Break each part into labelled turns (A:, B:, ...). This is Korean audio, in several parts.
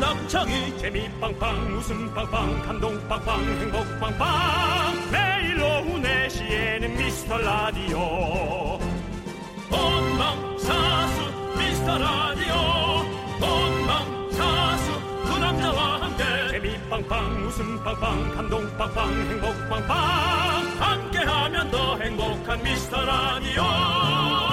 A: 팡팡 재미 빵빵 웃음 빵빵 감동 빵빵 행복 빵빵 매일 오후 4시에는 미스터 라디오 본방사수 미스터 라디오 본방사수 그 남자와 함께 재미 빵빵 웃음 빵빵 감동 빵빵 행복 빵빵 함께하면 더 행복한 미스터 라디오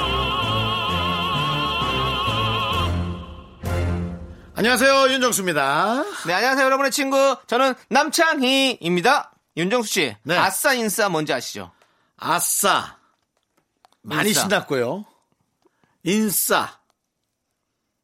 B: 안녕하세요 윤정수입니다.
C: 네, 안녕하세요, 여러분의 친구. 저는 남창희입니다. 윤정수 씨.
B: 네.
C: 아싸 인싸 뭔지 아시죠?
B: 아싸 많이
C: 인싸.
B: 신났고요. 인싸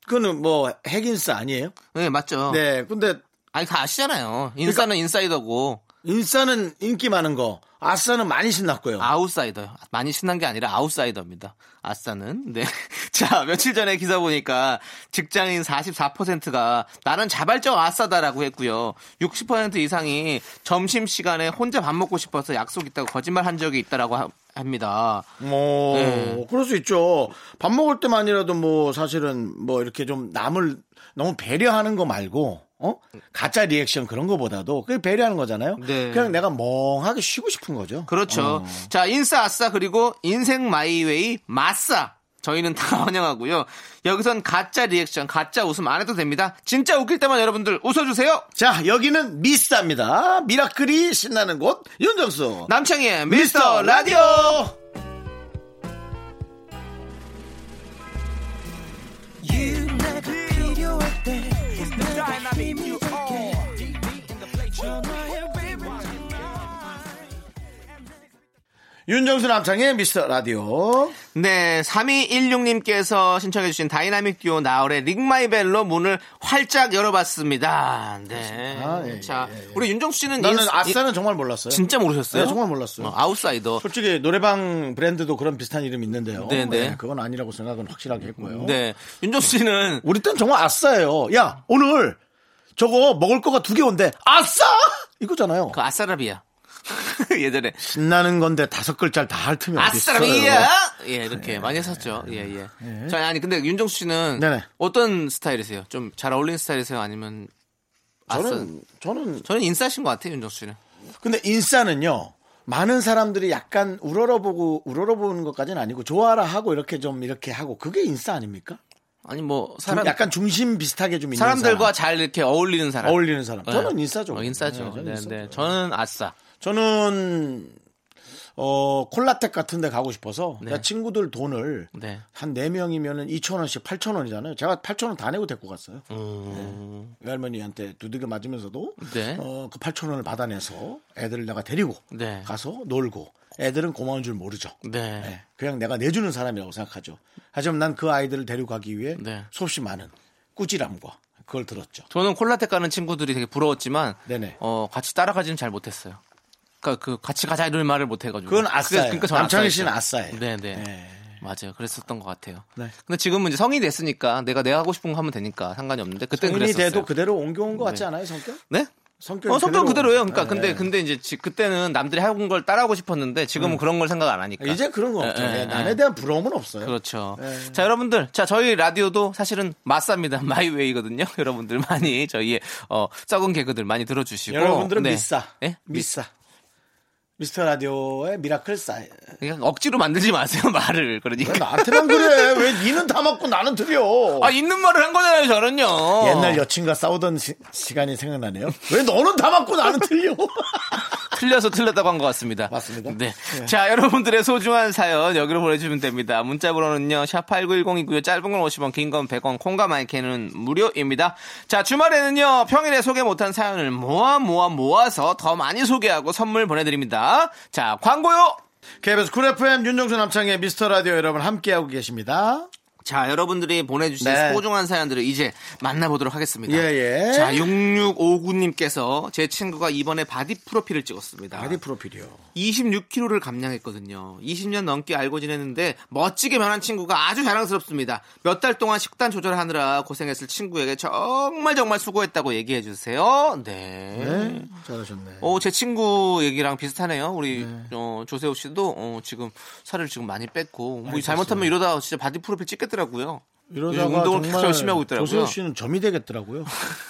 B: 그거는 뭐 핵인싸 아니에요?
C: 네, 맞죠.
B: 네, 그러니까 근데
C: 아니, 다 아시잖아요. 인싸는 인사이더고,
B: 인싸는 인기 많은 거, 아싸는 많이 신났고요.
C: 아웃사이더요. 많이 신난 게 아니라 아웃사이더입니다. 아싸는. 네. 자, 며칠 전에 기사 보니까 직장인 44%가 나는 자발적 아싸다라고 했고요. 60% 이상이 점심시간에 혼자 밥 먹고 싶어서 약속 있다고 거짓말 한 적이 있다라고 하- 합니다.
B: 뭐
C: 네.
B: 그럴 수 있죠. 밥 먹을 때만이라도 뭐 사실은 뭐 이렇게 좀 남을 너무 배려하는 거 말고 어 가짜 리액션 그런 거보다도 그게 배려하는 거잖아요.
C: 네.
B: 그냥 내가 멍하게 쉬고 싶은 거죠. 어.
C: 그렇죠. 자, 인싸 아싸 그리고 인생 마이웨이 마싸. 저희는 다 환영하고요. 여기선 가짜 리액션, 가짜 웃음 안 해도 됩니다. 진짜 웃길 때만 여러분들 웃어주세요.
B: 자 여기는 미스타입니다. 미라클이 신나는 곳 윤정수
C: 남창희의 미스터 라디오.
B: 음. 윤정수 남창의 미스터 라디오.
C: 네, 3216님께서 신청해주신 다이나믹 듀오 나얼의 릭마이벨로 문을 활짝 열어봤습니다. 네.
B: 아, 예,
C: 자,
B: 예, 예.
C: 우리 윤정수 씨는
B: 나는
C: 인스-
B: 아싸는 정말 몰랐어요.
C: 진짜 모르셨어요?
B: 네, 정말 몰랐어요.
C: 어, 아웃사이더.
B: 솔직히 노래방 브랜드도 그런 비슷한 이름 이 있는데요.
C: 네, 네.
B: 네, 그건 아니라고 생각은 확실하게 했고요.
C: 네, 윤정수 씨는
B: 우리 땐 정말 아싸예요. 야 오늘 저거 먹을 거가 두 개 온대. 아싸 이거잖아요.
C: 그 아싸라비야. 예전에
B: 신나는 건데 다섯 글자를 다 할 틈이 어디 있어요. 네.
C: 아싸라비야! 예, 이렇게 많이 했었죠. 예, 예. 저 아니, 근데 윤정수 씨는
B: 네네.
C: 어떤 스타일이세요? 좀 잘 어울리는 스타일이세요? 아니면 아싸? 저는,
B: 저는 저는
C: 인싸신 것 같아요, 윤정수 씨는.
B: 근데 인싸는요. 많은 사람들이 약간 우러러보고 우러러보는 것까지는 아니고 좋아라 하고 이렇게 좀 이렇게 하고 그게 인싸 아닙니까?
C: 아니, 뭐,
B: 좀
C: 사람,
B: 약간 중심 비슷하게 좀 있는
C: 사람들과
B: 사람.
C: 잘 이렇게 어울리는 사람.
B: 어울리는 사람. 저는
C: 네.
B: 인싸죠.
C: 어,
B: 네,
C: 인싸죠.
B: 저는
C: 네,
B: 인싸죠.
C: 네. 저는 아싸.
B: 저는 어 콜라텍 같은 데 가고 싶어서
C: 네.
B: 야, 친구들 돈을
C: 네.
B: 한 네명이면은 2,000원씩 8,000원이잖아요. 제가 8,000원 다 내고 데리고 갔어요.
C: 음,
B: 외할머니한테 두들겨 맞으면서도
C: 네.
B: 어, 그 8,000원을 받아내서 애들을 내가 데리고
C: 네.
B: 가서 놀고 애들은 고마운 줄 모르죠.
C: 네.
B: 네, 그냥 내가 내주는 사람이라고 생각하죠. 하지만 난 그 아이들을 데리고 가기 위해
C: 네.
B: 수없이 많은 꾸지람과 그걸 들었죠.
C: 저는 콜라텍 가는 친구들이 되게 부러웠지만,
B: 네네.
C: 어, 같이 따라가지는 잘 못했어요. 그니까 그, 같이 가자 이런 말을 못해가지고.
B: 그건 아싸예요.
C: 그러니까 저는
B: 남창희 씨는
C: 아싸였죠.
B: 아싸예요.
C: 네네. 맞아요. 그랬었던 것 같아요.
B: 네.
C: 근데 지금은 이제 성인이 됐으니까 내가 내가 하고 싶은 거 하면 되니까 상관이 없는데 그때
B: 성인이
C: 그랬었어요.
B: 돼도 그대로 옮겨온 것 같지
C: 네.
B: 않아요, 성격?
C: 네?
B: 성격
C: 어, 성격 그대로예요. 그러니까
B: 네.
C: 근데 근데 이제 지- 그때는 남들이 하고 걸 따라하고 싶었는데 지금은 그런 걸 생각 안 하니까.
B: 음. 아, 이제 그런 거 없죠.
C: 예, 예,
B: 네,
C: 예.
B: 남에 대한 부러움은 없어요.
C: 그렇죠.
B: 네.
C: 자, 여러분들. 자, 저희 라디오도 사실은 맞쌉니다. 마이웨이거든요. 여러분들 많이 저희의 어, 썩은 개그들 많이 들어주시고.
B: 여러분들은
C: 네.
B: 미싸,
C: 네?
B: 미싸, 미스터 라디오의 미라클 싸.
C: 그냥 억지로 만들지 마세요, 말을. 그러니까.
B: 왜 나한테만 그래? 왜 니는 다 맞고 나는 들려?
C: 아, 있는 말을 한 거잖아요, 저는요.
B: 뭐. 옛날 여친과 싸우던 시, 간이 생각나네요. 왜 너는 다 맞고 나는 들려?
C: 틀려서 틀렸다고 한 것 같습니다.
B: 맞습니다. 예.
C: 네. 자, 여러분들의 소중한 사연 여기로 보내주시면 됩니다. 문자번호는요, 샵8910이고요. 짧은 건 50원, 긴 건 100원, 콩과 마이크는 무료입니다. 자, 주말에는요, 평일에 소개 못한 사연을 모아 모아 모아서 더 많이 소개하고 선물 보내드립니다. 자, 광고요!
B: KBS 쿨 FM 윤정수 남창의 미스터 라디오 여러분 함께하고 계십니다.
C: 자, 여러분들이 보내주신
B: 네.
C: 소중한 사연들을 이제 만나보도록 하겠습니다.
B: 예, 예.
C: 자, 6659님께서 제 친구가 이번에 바디 프로필을 찍었습니다.
B: 바디 프로필이요.
C: 26kg를 감량했거든요. 20년 넘게 알고 지냈는데 멋지게 변한 친구가 아주 자랑스럽습니다. 몇 달 동안 식단 조절하느라 고생했을 친구에게 정말 정말 수고했다고 얘기해 주세요. 네.
B: 네, 잘하셨네.
C: 어, 제 친구 얘기랑 비슷하네요. 우리 어, 조세호 씨도 어, 지금 살을 지금 많이 뺐고 뭐 잘못하면 이러다 진짜 바디 프로필 찍겠더라고요.
B: 이러다가
C: 운동을
B: 정말
C: 열심히 하고 있더라고요.
B: 조세호 씨는 점이 되겠더라고요.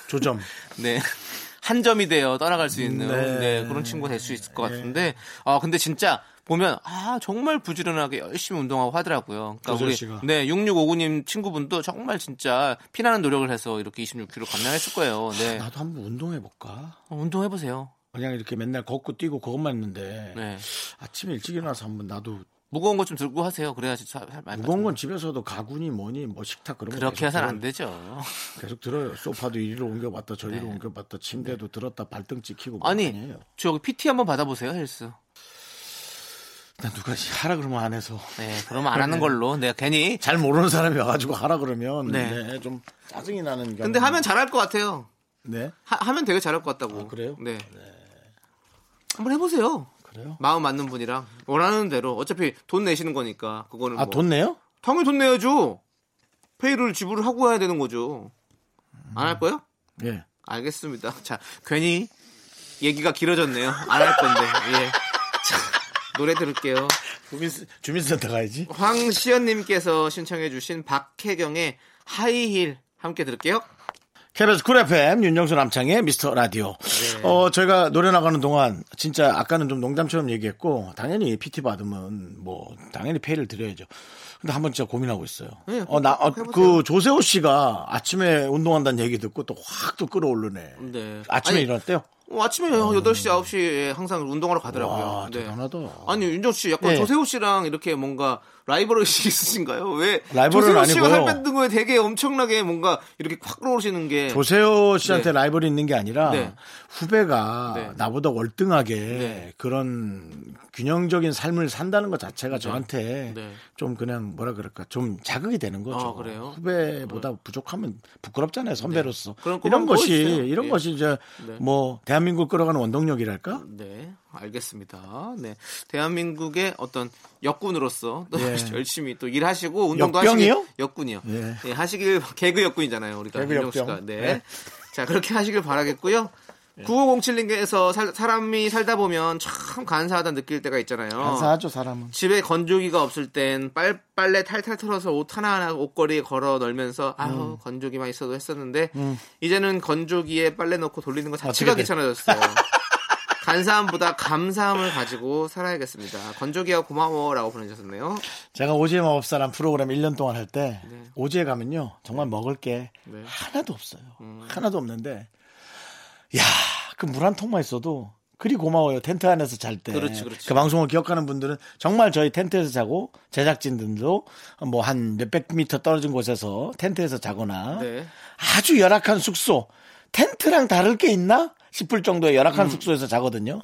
B: 조점.
C: 네. 한 점이 돼요. 떠나갈 수 있는
B: 네.
C: 네, 그런 친구가 될 수 있을 것 같은데 아 근데 진짜 보면 아 정말 부지런하게 열심히 운동하고 하더라고요. 그러니까
B: 조세호
C: 우리
B: 씨가.
C: 네 6659님 친구분도 정말 진짜 피나는 노력을 해서 이렇게 26kg 감량했을 거예요. 네
B: 아,
C: 어,
B: 나도 한번 운동해 볼까?
C: 운동해 보세요.
B: 그냥 이렇게 맨날 걷고 뛰고 그것만 했는데
C: 네
B: 아침에 일찍 일어나서 한번 나도
C: 무거운 거 좀 들고 하세요. 그래야지 살 많이
B: 무거운
C: 빠져요.
B: 건 집에서도 가구니 뭐니 뭐 식탁 그런 거
C: 그렇게
B: 계속
C: 해서는
B: 들어요.
C: 안 되죠.
B: 계속 들어요. 소파도 이리로 옮겨봤다 저리로
C: 네.
B: 옮겨봤다 침대도 들었다 발등 찍히고 뭐 많이
C: 아니
B: 해요.
C: 저기 PT 한번 받아보세요 헬스.
B: 난 누가 씨 하라 그러면 안 해서
C: 네 그러면 안 하는 걸로 내가 괜히
B: 잘 모르는 사람이 와가지고 하라 그러면 네.
C: 네.
B: 좀 짜증이 나는 경우.
C: 근데 하면 잘할 것 같아요.
B: 네
C: 하, 면 되게 잘할 것 같다고.
B: 아, 그래요?
C: 네. 한번 해보세요.
B: 그래요.
C: 마음 맞는 분이랑 원하는 대로 어차피 돈 내시는 거니까 그거는 뭐.
B: 아돈 내요?
C: 당연히 돈 내야죠. 페이를 지불을 하고 해야 되는 거죠. 안 할 거예요?
B: 예.
C: 알겠습니다. 자, 괜히 얘기가 길어졌네요. 안 할 건데. 예. 자, 노래 들을게요.
B: 주민 주민센터 가야지.
C: 황시연님께서 신청해주신 박혜경의 하이힐 함께 들을게요.
B: KBS 쿨 FM 윤정수 남창의 미스터 라디오.
C: 네.
B: 어 저희가 노래 나가는 동안 진짜 아까는 좀 농담처럼 얘기했고 당연히 PT 받으면 뭐 당연히 페이를 드려야죠. 근데 한번 진짜 고민하고 있어요.
C: 네,
B: 어나그
C: 해보세요.
B: 조세호 씨가 아침에 운동한다는 얘기 듣고 또 확 또 끌어오르네.
C: 네.
B: 아침에
C: 아니,
B: 일어날 때요?
C: 어, 아침에 8시, 9시에 항상 운동하러 가더라고요.
B: 음. 와
C: 네.
B: 대단하다.
C: 아니, 윤정 씨, 약간
B: 네.
C: 조세호 씨랑 이렇게 뭔가 라이벌 의식 있으신가요? 왜?
B: 라이벌은
C: 조세호 씨가 살
B: 아니고요.
C: 뺀 거에 되게 엄청나게 뭔가 이렇게 확 끌어오르시는 게.
B: 조세호 씨한테
C: 네.
B: 라이벌이 있는 게 아니라
C: 네.
B: 후배가
C: 네.
B: 나보다 월등하게
C: 네.
B: 그런 균형적인 삶을 산다는 것 자체가 저한테
C: 네.
B: 좀 그냥 뭐라 그럴까 좀 자극이 되는 거죠.
C: 아, 그래요? 어. 네.
B: 후배보다 부족하면 부끄럽잖아요 선배로서.
C: 그런 거
B: 이런
C: 한번
B: 것이
C: 보여주세요.
B: 이런
C: 예.
B: 것이 이제
C: 네.
B: 뭐 대한민국 끌어가는 원동력이랄까.
C: 네, 알겠습니다. 네. 대한민국의 어떤 역군으로서 또
B: 예.
C: 열심히 또 일하시고 운동도
B: 역병이요?
C: 하시길 역군이요.
B: 예.
C: 예. 하시길 개그 역군이잖아요. 우리가
B: 개그
C: 윤정
B: 역병. 예.
C: 씨가. 네.
B: 네.
C: 자, 그렇게 하시길 바라겠고요. 9507님께서 사람이 살다 보면 참 간사하다 느낄 때가 있잖아요.
B: 감사하죠 사람은.
C: 집에 건조기가 없을 땐 빨, 빨래 탈탈 털어서 옷 하나하나 옷걸이에 걸어 널면서 아우
B: 음.
C: 건조기만 있어도 했었는데 이제는 건조기에 빨래 넣고 돌리는 것 자체가
B: 아, 어떻게 돼?
C: 귀찮아졌어요. 간사함보다 감사함을 가지고 살아야겠습니다. 건조기야 고마워라고 보내주셨네요.
B: 제가 오지의 마법사란 프로그램 1년 동안 할 때
C: 네.
B: 오지에 가면요 정말 먹을 게
C: 네. 음.
B: 하나도 없어요. 하나도 없는데 야 그 물 한 통만 있어도 그리 고마워요 텐트 안에서 잘 때.
C: 그렇지, 그렇지.
B: 그 방송을 기억하는 분들은 정말 저희 텐트에서 자고 제작진들도 뭐 한 몇백 미터 떨어진 곳에서 텐트에서 자거나
C: 네.
B: 아주 열악한 숙소 텐트랑 다를 게 있나 싶을 정도의 열악한 숙소에서 자거든요.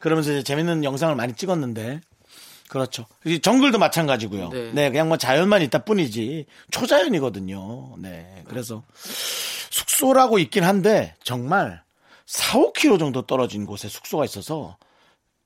B: 그러면서 이제 재밌는 영상을 많이 찍었는데 그렇죠. 이 정글도 마찬가지고요. 네.
C: 네.
B: 그냥 뭐 자연만 있다 뿐이지 초자연이거든요. 네, 그래서 숙소라고 있긴 한데 정말 4, 5km 정도 떨어진 곳에 숙소가 있어서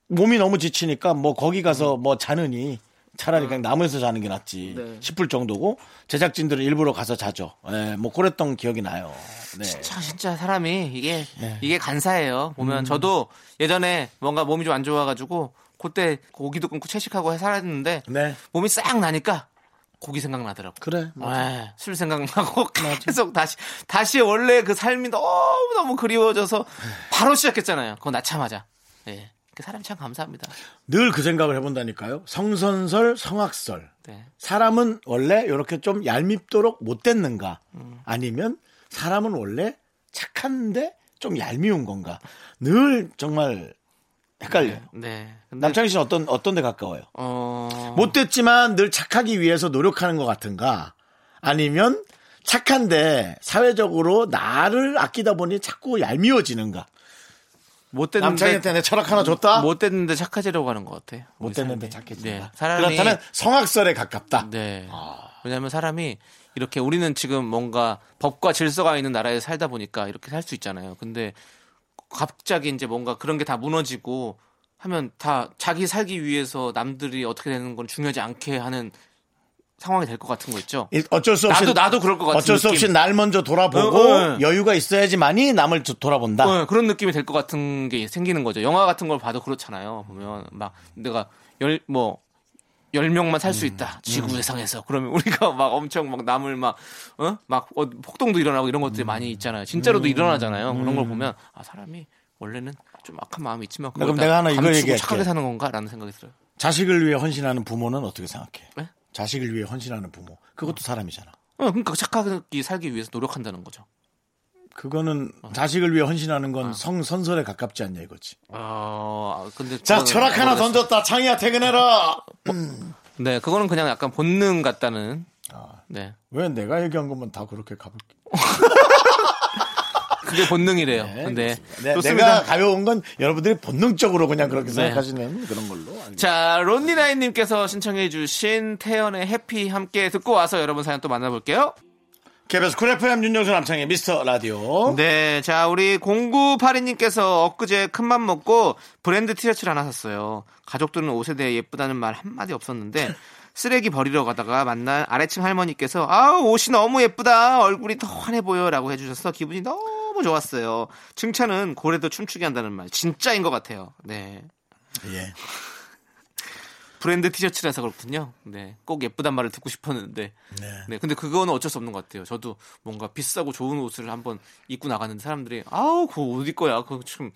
B: 몸이 너무 지치니까 뭐 거기 가서 뭐 자느니 차라리 그냥 나무에서 자는 게 낫지
C: 네.
B: 싶을 정도고 제작진들은 일부러 가서 자죠. 예, 뭐 그랬던 기억이 나요. 네.
C: 참 진짜 사람이 이게 이게 간사해요. 보면
B: 음.
C: 저도 예전에 뭔가 몸이 좀 안 좋아가지고 그때 고기도 끊고 채식하고 살았는데
B: 네.
C: 몸이 싹 나니까 고기 생각나더라고.
B: 그래.
C: 에이, 뭐
B: 네.
C: 술 생각나고 계속 다시 다시 원래 그 삶이 너무 너무 그리워져서 바로 시작했잖아요. 그거 낳자마자. 예. 그 사람 참 감사합니다.
B: 늘 그 생각을 해본다니까요. 성선설, 성악설.
C: 네.
B: 사람은 원래 이렇게 좀 얄밉도록 못됐는가? 아니면 사람은 원래 착한데 좀 얄미운 건가? 늘 정말 헷갈려요.
C: 네. 근데
B: 남창희 씨는 어떤 어떤 데 가까워요?
C: 어
B: 못됐지만 늘 착하기 위해서 노력하는 것 같은가? 아니면 착한데 사회적으로 나를 아끼다 보니 자꾸 얄미워지는가? 남창희한테
C: 못됐는데
B: 내 철학 하나 줬다? 못,
C: 못됐는데 착해지려고 하는 것 같아. 우리
B: 뭐- 됐는데
C: 삶이.
B: 착해진다.
C: 네. 사람이
B: 그렇다면 성악설에 가깝다.
C: 네. 왜냐하면 사람이 이렇게 우리는 지금 뭔가 법과 질서가 있는 나라에 살다 보니까 이렇게 살 수 있잖아요. 근데 갑자기 이제 뭔가 그런 게 다 무너지고 하면 다 자기 살기 위해서 남들이 어떻게 되는 건 중요하지 않게 하는 상황이 될 것 같은 거 있죠.
B: 일- 어쩔 수 없이
C: 나도- 나도 그럴 것 같은
B: 어쩔 수 없이
C: 느낌.
B: 날 먼저 돌아보고
C: 어, 어.
B: 여유가 있어야지만이 남을 저- 돌아본다.
C: 어, 그런 느낌이 될 것 같은 게 생기는 거죠. 영화 같은 걸 봐도 그렇잖아요. 보면 막 내가 열 뭐 10명만 살
B: 음.
C: 수 있다. 지구상에서. 그러면 우리가 막 엄청 막 남을 막, 어? 막 어, 폭동도 일어나고 이런 것들이 많이
B: 음.
C: 있잖아요. 진짜로도 일어나잖아요. 그런 걸 보면, 아, 사람이 원래는 좀 악한 마음이 있지만, 그걸
B: 네, 그럼
C: 다
B: 내가 하나 이걸
C: 감추고
B: 얘기할게.
C: 착하게 사는 건가? 라는 생각이 들어요.
B: 자식을 위해 헌신하는 부모는 어떻게 생각해?
C: 네?
B: 자식을 위해 헌신하는 부모. 그것도 사람이잖아.
C: 어, 그러니까 착하게 살기 위해서 노력한다는 거죠.
B: 그거는 자식을 위해 헌신하는 건 성 선설에 가깝지 않냐 이거지.
C: 어, 근데
B: 아, 자
C: 그거는
B: 철학 하나
C: 모르겠어요.
B: 던졌다. 창희야 퇴근해라.
C: 네, 그거는 그냥 약간 본능 같다는.
B: 아.
C: 네,
B: 왜 내가 얘기한 것만 다 그렇게 가볍게?
C: 그게 본능이래요. 근데
B: 네,
C: 좋습니다.
B: 내가 가벼운 건 여러분들이 본능적으로 그냥 그렇게
C: 네.
B: 생각하시는 그런 걸로. 알겠습니다.
C: 자, 론니나인님께서 신청해주신 태연의 해피 함께 듣고 와서 여러분 사연 또 만나볼게요.
B: KBS 쿨 FM 윤정수 남창의 미스터 라디오.
C: 네, 자, 우리 0982님께서 엊그제 큰맘 먹고 브랜드 티셔츠를 하나 샀어요. 가족들은 옷에 대해 예쁘다는 말 한마디 없었는데, 쓰레기 버리러 가다가 만난 아래층 할머니께서, 아 옷이 너무 예쁘다. 얼굴이 더 환해 보여. 라고 해주셔서 기분이 너무 좋았어요. 칭찬은 고래도 춤추게 한다는 말. 진짜인 것 같아요. 네.
B: 예.
C: 브랜드 티셔츠라서 그렇군요. 네. 꼭 예쁘단 말을 듣고 싶었는데.
B: 네.
C: 네. 근데 그거는 어쩔 수 없는 것 같아요. 저도 뭔가 비싸고 좋은 옷을 한번 입고 나갔는데 사람들이 아우, 그거 어디 거야? 그거 참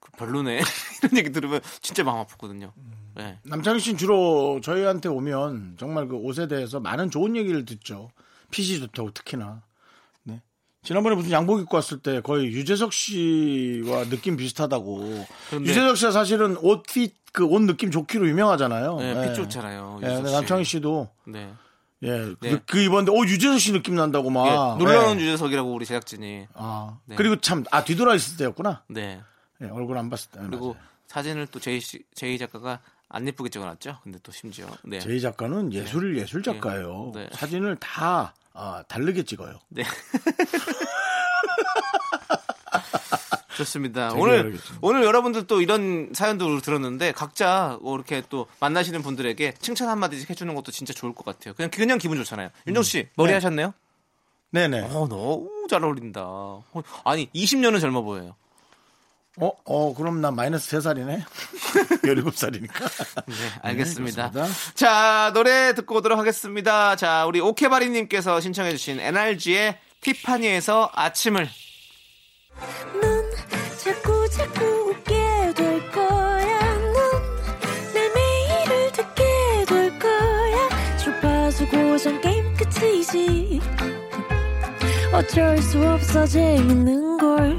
C: 그거 별로네. 이런 얘기 들으면 진짜 마음 아프거든요. 네.
B: 남창희 씨는 주로 저희한테 오면 정말 그 옷에 대해서 많은 좋은 얘기를 듣죠. 핏이 좋다고 특히나. 네. 지난번에 무슨 양복 입고 왔을 때 거의 유재석 씨와 느낌 비슷하다고.
C: 그런데-
B: 유재석 씨가 사실은 옷핏 그 옷 느낌 좋기로 유명하잖아요.
C: 네,
B: 예.
C: 핏 좋잖아요.
B: 예,
C: 유재석
B: 근데
C: 씨.
B: 남창희 씨도
C: 네.
B: 예, 그-
C: 네.
B: 그 입었는데 어 유재석 씨 느낌 난다고 막.
C: 예, 놀라운
B: 예.
C: 유재석이라고 우리 제작진이.
B: 아.
C: 네.
B: 그리고 참 아 뒤돌아 있을 때였구나.
C: 네.
B: 예, 얼굴 안 봤을 때.
C: 그리고
B: 맞아요.
C: 사진을 또 제이 씨, 제이 작가가 안 예쁘게 찍어놨죠. 근데 또 심지어. 네.
B: 제이 작가는 예술을 예술 작가예요.
C: 네.
B: 사진을 다 아, 다르게 찍어요.
C: 네. 좋습니다.
B: 되게
C: 오늘
B: 알겠습니다.
C: 오늘 여러분들 또 이런 사연도 들었는데 각자 뭐 이렇게 또 만나시는 분들에게 칭찬 한 마디씩 해주는 것도 진짜 좋을 것 같아요. 그냥 그냥 기분 좋잖아요. 윤정 씨 머리
B: 네.
C: 하셨네요?
B: 네네.
C: 어 너무 잘 어울린다. 어, 아니 20년은 젊어 보여요.
B: 어, 어, 그럼 나 마이너스 3살이네? 17살이니까.
C: 네, 알겠습니다.
B: 그렇습니다.
C: 자 노래 듣고 오도록 하겠습니다. 자 우리 오케바리님께서 신청해주신 NRG의 티파니에서 아침을
D: 넌 자꾸 자꾸 웃게 될 거야. 넌내 매일을 듣게 될 거야. 주파수 고정 게임 끝이지. 어쩔 수 없어 재밌는 걸.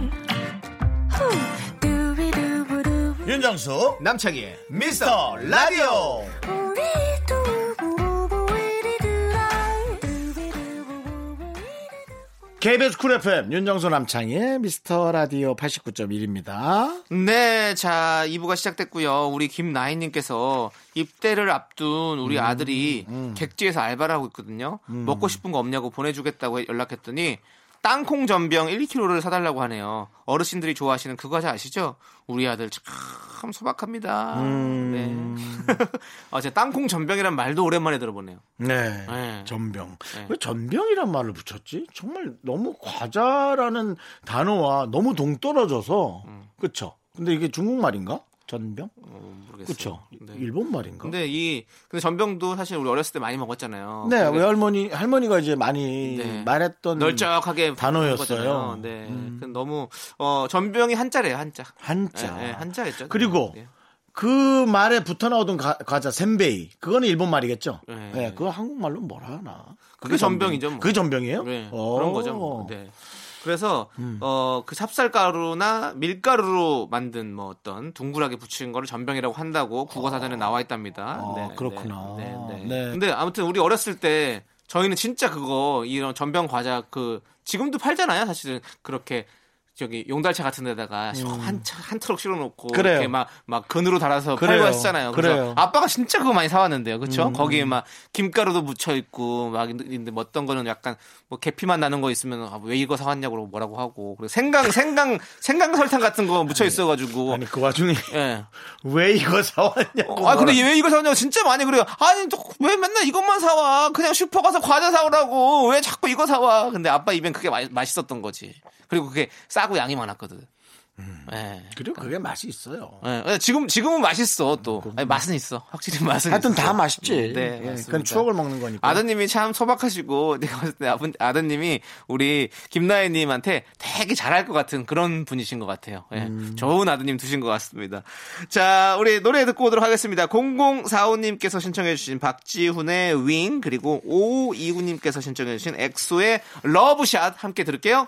D: 후. 두비두부두부.
B: 윤정수,
C: 남창희의
B: 미스터 라디오!
D: 우리 두부부부 우리 두라. 두비두부부부 우리 두라.
B: KBS 쿨 FM, 윤정수 남창희의 미스터 라디오 89.1입니다.
C: 네, 자, 2부가 시작됐고요. 우리 김나인님께서 입대를 앞둔
B: 음,
C: 우리 아들이 객지에서 알바를 하고 있거든요. 먹고 싶은 거 없냐고 보내주겠다고 연락했더니 땅콩 전병 1kg를 사달라고 하네요. 어르신들이 좋아하시는 그 과자 아시죠? 우리 아들 참 소박합니다.
B: 음.
C: 네. 아, 제 땅콩 전병이란 말도 오랜만에 들어보네요.
B: 네.
C: 네.
B: 전병.
C: 네.
B: 왜 전병이란 말을 붙였지? 정말 너무 과자라는 단어와 너무 동떨어져서.
C: 음.
B: 그쵸? 근데 이게 중국말인가? 전병?
C: 어, 모르겠어요.
B: 그쵸?
C: 네.
B: 일본말인가?
C: 근데 이 근데 전병도 사실 우리 어렸을 때 많이 먹었잖아요.
B: 네,
C: 근데
B: 외할머니, 할머니가 이제 많이
C: 네.
B: 말했던.
C: 널쩍하게
B: 음, 단어였어요. 음.
C: 거잖아요. 네, 그 너무 어 전병이 한자래요, 한자.
B: 한자.
C: 예, 예, 한자겠죠.
B: 그리고
C: 네.
B: 그 말에 붙어 나오던 가- 과자 샌베이 그거는 일본 말이겠죠.
C: 네.
B: 네. 그거 한국말로 뭐라 하나?
C: 그게 전병이죠, 뭐.
B: 그게 전병이에요?
C: 네,
B: 어. 음.
C: 그런 거죠. 뭐. 네. 그래서 어 그 찹쌀가루나 밀가루로 만든 뭐 어떤 둥글하게 붙인 거를 전병이라고 한다고 국어사전에 나와 있답니다.
B: 아, 그렇구나.
C: 네, 네, 네.
B: 네.
C: 근데 아무튼 우리 어렸을 때 저희는 진짜 그거 이런 전병 과자 그 지금도 팔잖아요. 사실은 그렇게 저기 용달차 같은 데다가 한, 차- 한 트럭 실어놓고
B: 음. 그래요.
C: 이렇게 막, 막 그늘로 달아서
B: 그래요.
C: 팔고 했잖아요. 그래서
B: 그래요.
C: 아빠가 진짜 그거 많이 사왔는데요.
B: 음.
C: 그쵸? 거기에 막 김가루도 묻혀 있고 막 있는데 뭐 어떤 거는 약간 뭐 계피만 나는 거 있으면 아, 왜 이거 사왔냐고 뭐라고 하고 그리고 생강 생강 생강 설탕 같은 거 묻혀 있어가지고
B: 아니 그 와중에
C: 예.
B: 왜 이거 사왔냐고.
C: 어, 아 근데 얘왜 이거 사냐고 진짜 많이 그래요. 아니 또왜 맨날 이것만 사와? 그냥 슈퍼 가서 과자 사오라고 왜 자꾸 이거 사와? 근데 아빠 입엔 그게 마, 맛있었던 거지. 그리고 그게 싸고 양이 많았거든.
B: 음.
C: 예.
B: 그리고 그게 맛이 있어요.
C: 예, 예, 지금 지금은 맛있어 또 아니, 맛은 있어 확실히 맛은
B: 음, 하여튼
C: 있어.
B: 다 맛있지.
C: 네,
B: 예,
C: 맞습니다.
B: 그건 추억을 먹는 거니까.
C: 아드님이 참 소박하시고 내가 봤을 때 아버, 아드님이 우리 김나혜님한테 되게 잘할 것 같은 그런 분이신 것 같아요. 예,
B: 음.
C: 좋은 아드님 두신 것 같습니다. 자, 우리 노래 듣고 오도록 하겠습니다. 0045님께서 신청해주신 박지훈의 윙 그리고 5529님께서 신청해주신 엑소의 러브샷 함께 들을게요.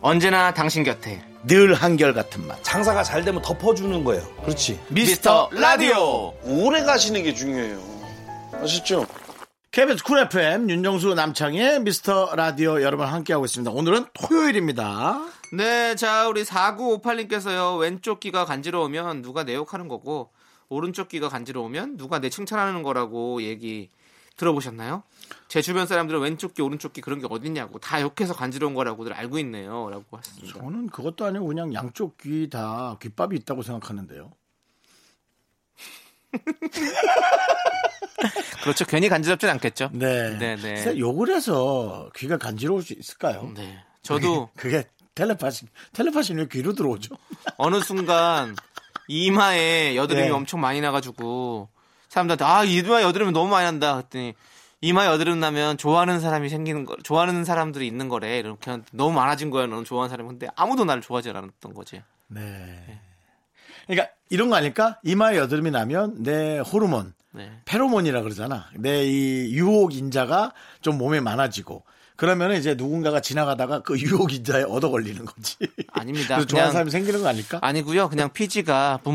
C: 언제나 당신 곁에
B: 늘 한결같은 맛.
E: 장사가 잘 되면 덮어주는 거예요. 그렇지.
C: 미스터 라디오
F: 오래 가시는 게 중요해요. 아셨죠?
B: KBS 쿨 FM 윤정수 남창의 미스터 라디오 여러분 함께하고 있습니다. 오늘은 토요일입니다.
C: 네, 자 우리 4958님께서요 왼쪽 귀가 간지러우면 누가 내 욕하는 거고 오른쪽 귀가 간지러우면 누가 내 칭찬하는 거라고 얘기 들어보셨나요? 제 주변 사람들은 왼쪽 귀 오른쪽 귀 그런 게 어딨냐고 다 욕해서 간지러운 거라고들 알고 있네요 라고 하셨습니다
B: 저는 그것도 아니고 그냥 양쪽 귀 다 귓밥이 있다고 생각하는데요.
C: 그렇죠 괜히 간지럽진 않겠죠
B: 네.
C: 네, 네.
B: 글쎄, 욕을 해서 귀가 간지러울 수 있을까요?
C: 네 저도
B: 그게 텔레파시, 텔레파시는 왜 귀로 들어오죠?
C: 어느 순간 이마에 여드름이
B: 네.
C: 엄청 많이 나가지고 사람들한테 아 이마 여드름이 너무 많이 난다 그랬더니 이마 여드름 나면 좋아하는 사람이 생기는 거 좋아하는 사람들이 있는 거래 이렇게 하는데 너무 많아진 거야 너는 좋아하는 사람이 근데 아무도 나를 좋아하지 않았던 거지
B: 네. 그러니까 이런 거 아닐까? 이마에 여드름이 나면 내 호르몬,
C: 네.
B: 페로몬이라 그러잖아. 내 이 유혹 인자가 좀 몸에 많아지고 그러면 이제 누군가가 지나가다가 그 유혹 인자에 얻어 걸리는 거지.
C: 아닙니다.
B: 그래서 좋아하는
C: 그냥-
B: 사람이 생기는 거 아닐까?
C: 아니고요 그냥 피지가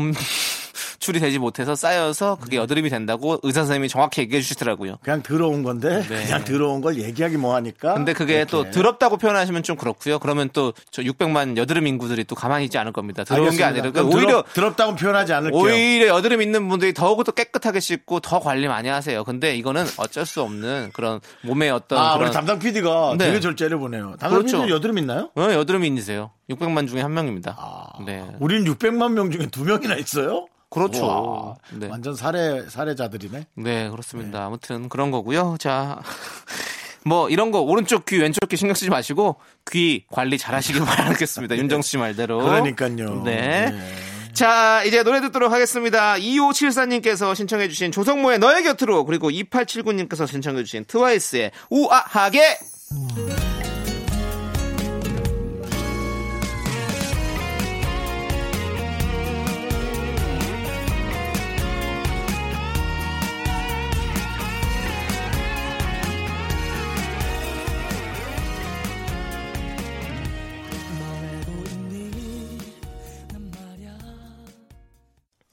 C: 분출이 되지 못해서 쌓여서 그게
B: 음.
C: 여드름이 된다고 의사 선생님이 정확히 얘기해 주시더라고요
B: 그냥 들어온 건데
C: 네.
B: 그냥 들어온 걸 얘기하기 뭐하니까.
C: 근데 그게
B: 이렇게.
C: 또 더럽다고 표현하시면 좀 그렇고요 그러면 또 저 600만 여드름 인구들이 또 가만히 있지 않을 겁니다 더러운 게
B: 알겠습니다.
C: 아니라
B: 그럼
C: 그러니까 오히려
B: 더럽, 더럽다고 표현하지 않을게요.
C: 오히려 여드름 있는 분들이 더욱더 깨끗하게 씻고 더 관리 많이 하세요. 근데 이거는 어쩔 수 없는 그런 몸의 어떤
B: 아
C: 그런
B: 우리 담당 PD가
C: 네.
B: 되게 절제를 보네요. 담당
C: 그렇죠.
B: PD 는 여드름 있나요?
C: 어, 여드름인이세요. 600만 중에 한 명입니다.
B: 아.
C: 네.
B: 우린 600만 명 중에 두 명이나 있어요.
C: 그렇죠.
B: 우와,
C: 네.
B: 완전 살해 살해자들이네.
C: 네, 그렇습니다. 아무튼 그런 거고요. 자. 뭐 이런 거 오른쪽 귀 왼쪽 귀 신경 쓰지 마시고 귀 관리 잘 하시길 바라겠습니다. 네. 윤정수 씨 말대로.
B: 그러니까요.
C: 네. 자, 이제 노래 듣도록 하겠습니다. 2574님께서 신청해주신 조성모의 너의 곁으로, 그리고 2879님께서 신청해주신 트와이스의 우아하게!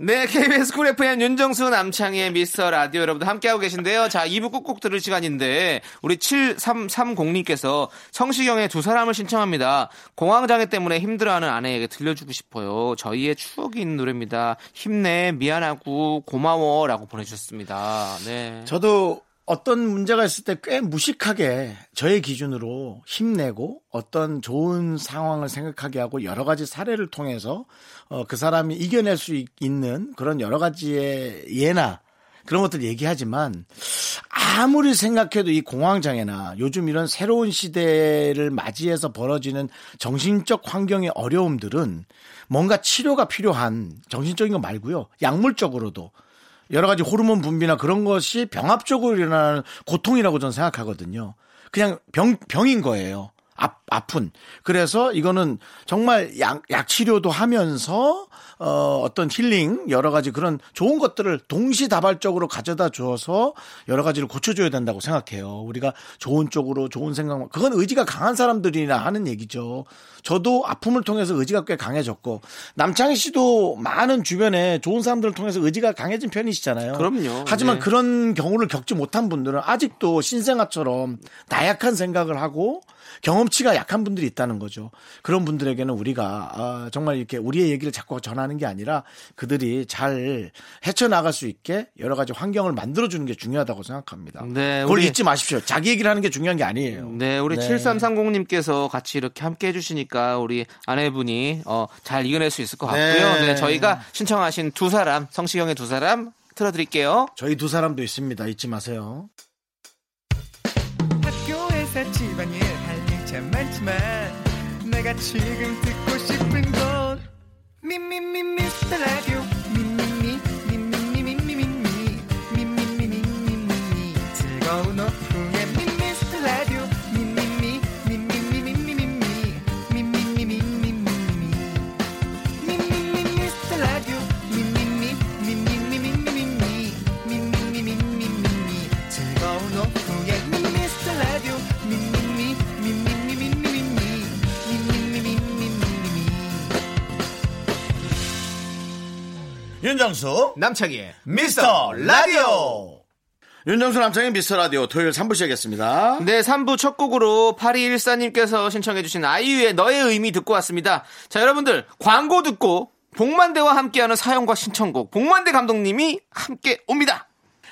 C: 네, KBS 쿨 FM 윤정수 남창희의 미스터 라디오 여러분들 함께하고 계신데요. 자, 2부 꾹꾹 들을 시간인데, 우리 7330님께서 성시경의 두 사람을 신청합니다. 공황장애 때문에 힘들어하는 아내에게 들려주고 싶어요. 저희의 추억이 있는 노래입니다. 힘내, 미안하고, 고마워. 라고 보내주셨습니다. 네.
B: 저도 어떤 문제가 있을 때 꽤 무식하게 저의 기준으로 힘내고 어떤 좋은 상황을 생각하게 하고 여러 가지 사례를 통해서 어, 그 사람이 이겨낼 수 있- 있는 그런 여러 가지의 예나 그런 것들 얘기하지만 아무리 생각해도 이 공황장애나 요즘 이런 새로운 시대를 맞이해서 벌어지는 정신적 환경의 어려움들은 뭔가 치료가 필요한 정신적인 거 말고요. 약물적으로도 여러 가지 호르몬 분비나 그런 것이 병합적으로 일어나는 고통이라고 저는 생각하거든요. 그냥 병, 병인 거예요. 아, 아픈. 그래서 이거는 정말 약, 약 치료도 하면서 어, 어떤 힐링 여러 가지 그런 좋은 것들을 동시다발적으로 가져다 줘서 여러 가지를 고쳐줘야 된다고 생각해요. 우리가 좋은 쪽으로 좋은 생각 그건 의지가 강한 사람들이나 하는 얘기죠. 저도 아픔을 통해서 의지가 꽤 강해졌고 남창희 씨도 많은 주변에 좋은 사람들을 통해서 의지가 강해진 편이시잖아요.
C: 그럼요.
B: 하지만
C: 네.
B: 그런 경우를 겪지 못한 분들은 아직도 신생아처럼 나약한 생각을 하고 경험치가 약한 분들이 있다는 거죠. 그런 분들에게는 우리가 아, 정말 이렇게 우리의 얘기를 자꾸 전하는 게 아니라 그들이 잘 헤쳐나갈 수 있게 여러 가지 환경을 만들어주는 게 중요하다고 생각합니다.
C: 네,
B: 그걸
C: 우리-
B: 잊지 마십시오. 자기 얘기를 하는 게 중요한 게 아니에요.
C: 네, 우리 7330님께서 같이 이렇게 함께 해주시니까 우리 아내분이 어, 잘 이겨낼 수 있을 것 같고요.
B: 네.
C: 네. 저희가 신청하신 두 사람, 성시경의 두 사람 틀어드릴게요.
B: 저희 두 사람도 있습니다. 잊지 마세요.
G: 학교에서 집안일 할 일 참 많지만 내가 지금 듣고 싶은 건 미미미 미스터 라디오 미미미 미미미 미미미 미미미 미미미 미미미 즐거운 오후에 미스터 라디오 미미미 미미미 미미미 미미미 미미미 미미미
B: 윤정수
C: 남창희의
B: 미스터 라디오 윤정수 남창의 미스터 라디오 토요일 3부 시작했습니다.
C: 네, 3부 첫 곡으로 8214님께서 신청해주신 아이유의 너의 의미 듣고 왔습니다. 자, 여러분들, 광고 듣고 복만대와 함께하는 사연과 신청곡, 복만대 감독님이 함께 옵니다.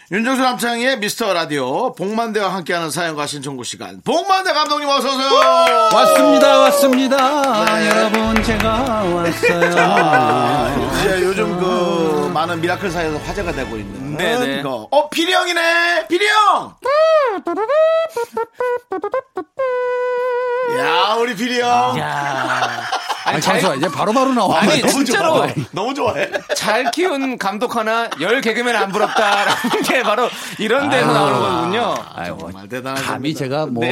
B: 윤정수 남창의 미스터 라디오 복만대와 함께하는 사연과 신청곡 시간 복만대 감독님 어서 오세요. 네.
H: 왔습니다, 왔습니다. 여러분, 제가 왔어요.
B: 아, 이제 요즘 그 많은 미라클 사이에서 화제가 되고 있는
C: 네네.
B: 거. 어 피리 형이네 피리 형. 야 우리 피리 형.
C: 아니,
H: 아니,
C: 잘,
H: 잠시만, 이제 바로바로 나와.
C: 아니,
H: 너무
C: 진짜로.
H: 좋아.
B: 너무 좋아해.
C: 잘 키운 감독 하나, 열 개그맨 안 부럽다라는 게 바로 이런 데서 나오는 거거든요.
H: 아이고,
B: 정말 대단하십니다.
H: 감히 제가 뭐,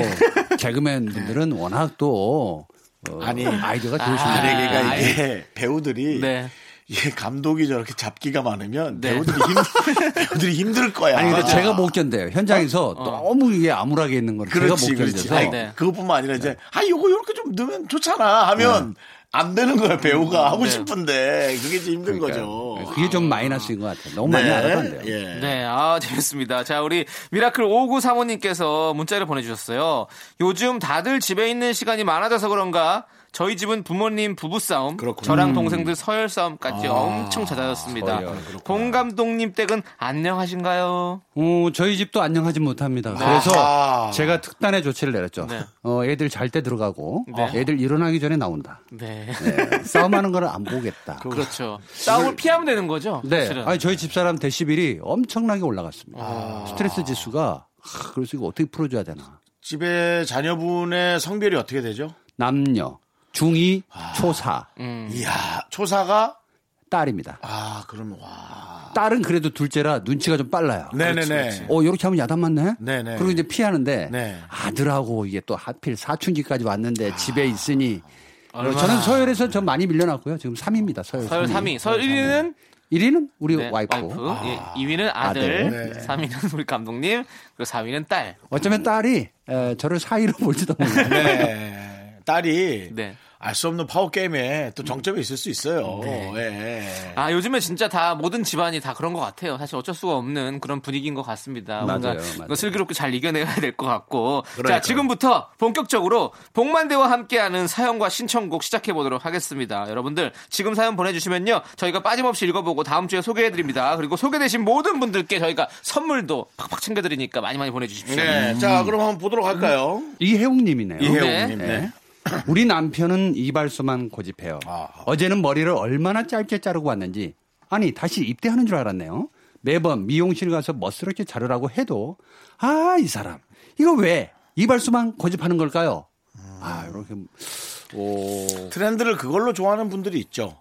H: 개그맨 분들은 워낙 또, 어,
B: 아니.
H: 아이디어가
B: 아,
H: 좋으십니다.
B: 그러니까 이게 배우들이
C: 네.
B: 이게 감독이 저렇게 잡기가 많으면
C: 네.
B: 배우들이 힘 배우들이 힘들 거야.
H: 아니, 근데 제가 못 견뎌요. 현장에서 너무 이게 암울하게 있는 걸 제가 못
B: 그렇지, 그렇지.
H: 견뎌서.
B: 아니,
C: 네.
B: 그것뿐만 아니라 이제 아 요거 요렇게 좀 넣으면 좋잖아 하면 안 되는 거야 배우가 하고 싶은데 그게 좀 힘든 거죠.
H: 그러니까. 그게 좀 마이너스인 것 같아요. 너무 많이
B: 네.
H: 알아도 안 돼요.
B: 예.
C: 네, 아, 재밌습니다. 자, 우리 미라클 5935님께서 문자를 보내주셨어요. 요즘 다들 집에 있는 시간이 많아져서 그런가 저희 집은 부모님 부부싸움, 저랑 동생들 서열싸움까지 엄청 잦아졌습니다. 봉 감독님 댁은 안녕하신가요?
H: 어, 저희 집도 안녕하지 못합니다.
B: 네.
H: 그래서 제가 특단의 조치를 내렸죠.
C: 네.
H: 어, 애들 잘 때 들어가고
C: 네.
H: 애들 일어나기 전에 나온다.
C: 네.
H: 싸움하는 걸 안 보겠다.
C: 그렇죠. 싸움을 피하면 되는 거죠?
H: 네.
C: 사실은.
H: 아니, 저희 집사람 데시벨이 엄청나게 올라갔습니다. 스트레스 지수가 하, 그래서 이거 어떻게 풀어줘야 되나.
B: 집에 자녀분의 성별이 어떻게 되죠?
H: 남녀, 중이, 초사,
B: 이야 음. 초사가
H: 딸입니다.
B: 아 그러면 와
H: 딸은 그래도 둘째라 눈치가 좀 빨라요.
B: 네네네
H: 어, 이렇게 하면 야단 맞네?
B: 네네.
H: 그리고 이제 피하는데
B: 네.
H: 아들하고 이게 또 하필 사춘기까지 왔는데 집에 있으니 저는 서열에서 좀 많이 밀려났고요. 지금 3위입니다. 서열,
C: 서열 3위. 서열 1위는
H: 1위는 우리
C: 네,
H: 와이프.
C: 예, 2위는 아들,
H: 아들.
C: 3위는 우리 감독님, 그리고 4위는 딸.
H: 어쩌면 딸이 에, 저를 4위로 볼지도 몰라요.
B: 네 딸이
C: 네.
B: 알 수 없는 파워 게임에 또 정점이 있을 수 있어요. 예.
C: 아 요즘에 진짜 다 모든 집안이 다 그런 것 같아요. 사실 어쩔 수가 없는 그런 분위기인 것 같습니다.
H: 맞아요,
C: 뭔가
H: 맞아요.
C: 이거 슬기롭게 잘 이겨내야 될 것 같고.
B: 그러니까요.
C: 자 지금부터 본격적으로 복만대와 함께하는 사연과 신청곡 시작해 보도록 하겠습니다. 여러분들 지금 사연 보내주시면요 저희가 빠짐없이 읽어보고 다음 주에 소개해드립니다. 그리고 소개되신 모든 분들께 저희가 선물도 팍팍 챙겨드리니까 많이 많이 보내주십시오.
B: 네, 자 그럼 한번 보도록 할까요?
H: 음. 이혜웅님이네요.
B: 이혜웅님. 네.
H: 우리 남편은 이발소만 고집해요.
C: 아.
H: 어제는 머리를 얼마나 짧게 자르고 왔는지 아니 다시 입대하는 줄 알았네요. 매번 미용실 가서 멋스럽게 자르라고 해도 아 이 사람 이거 왜 이발소만 고집하는 걸까요? 아 이렇게 뭐,
B: 트렌드를 그걸로 좋아하는 분들이 있죠.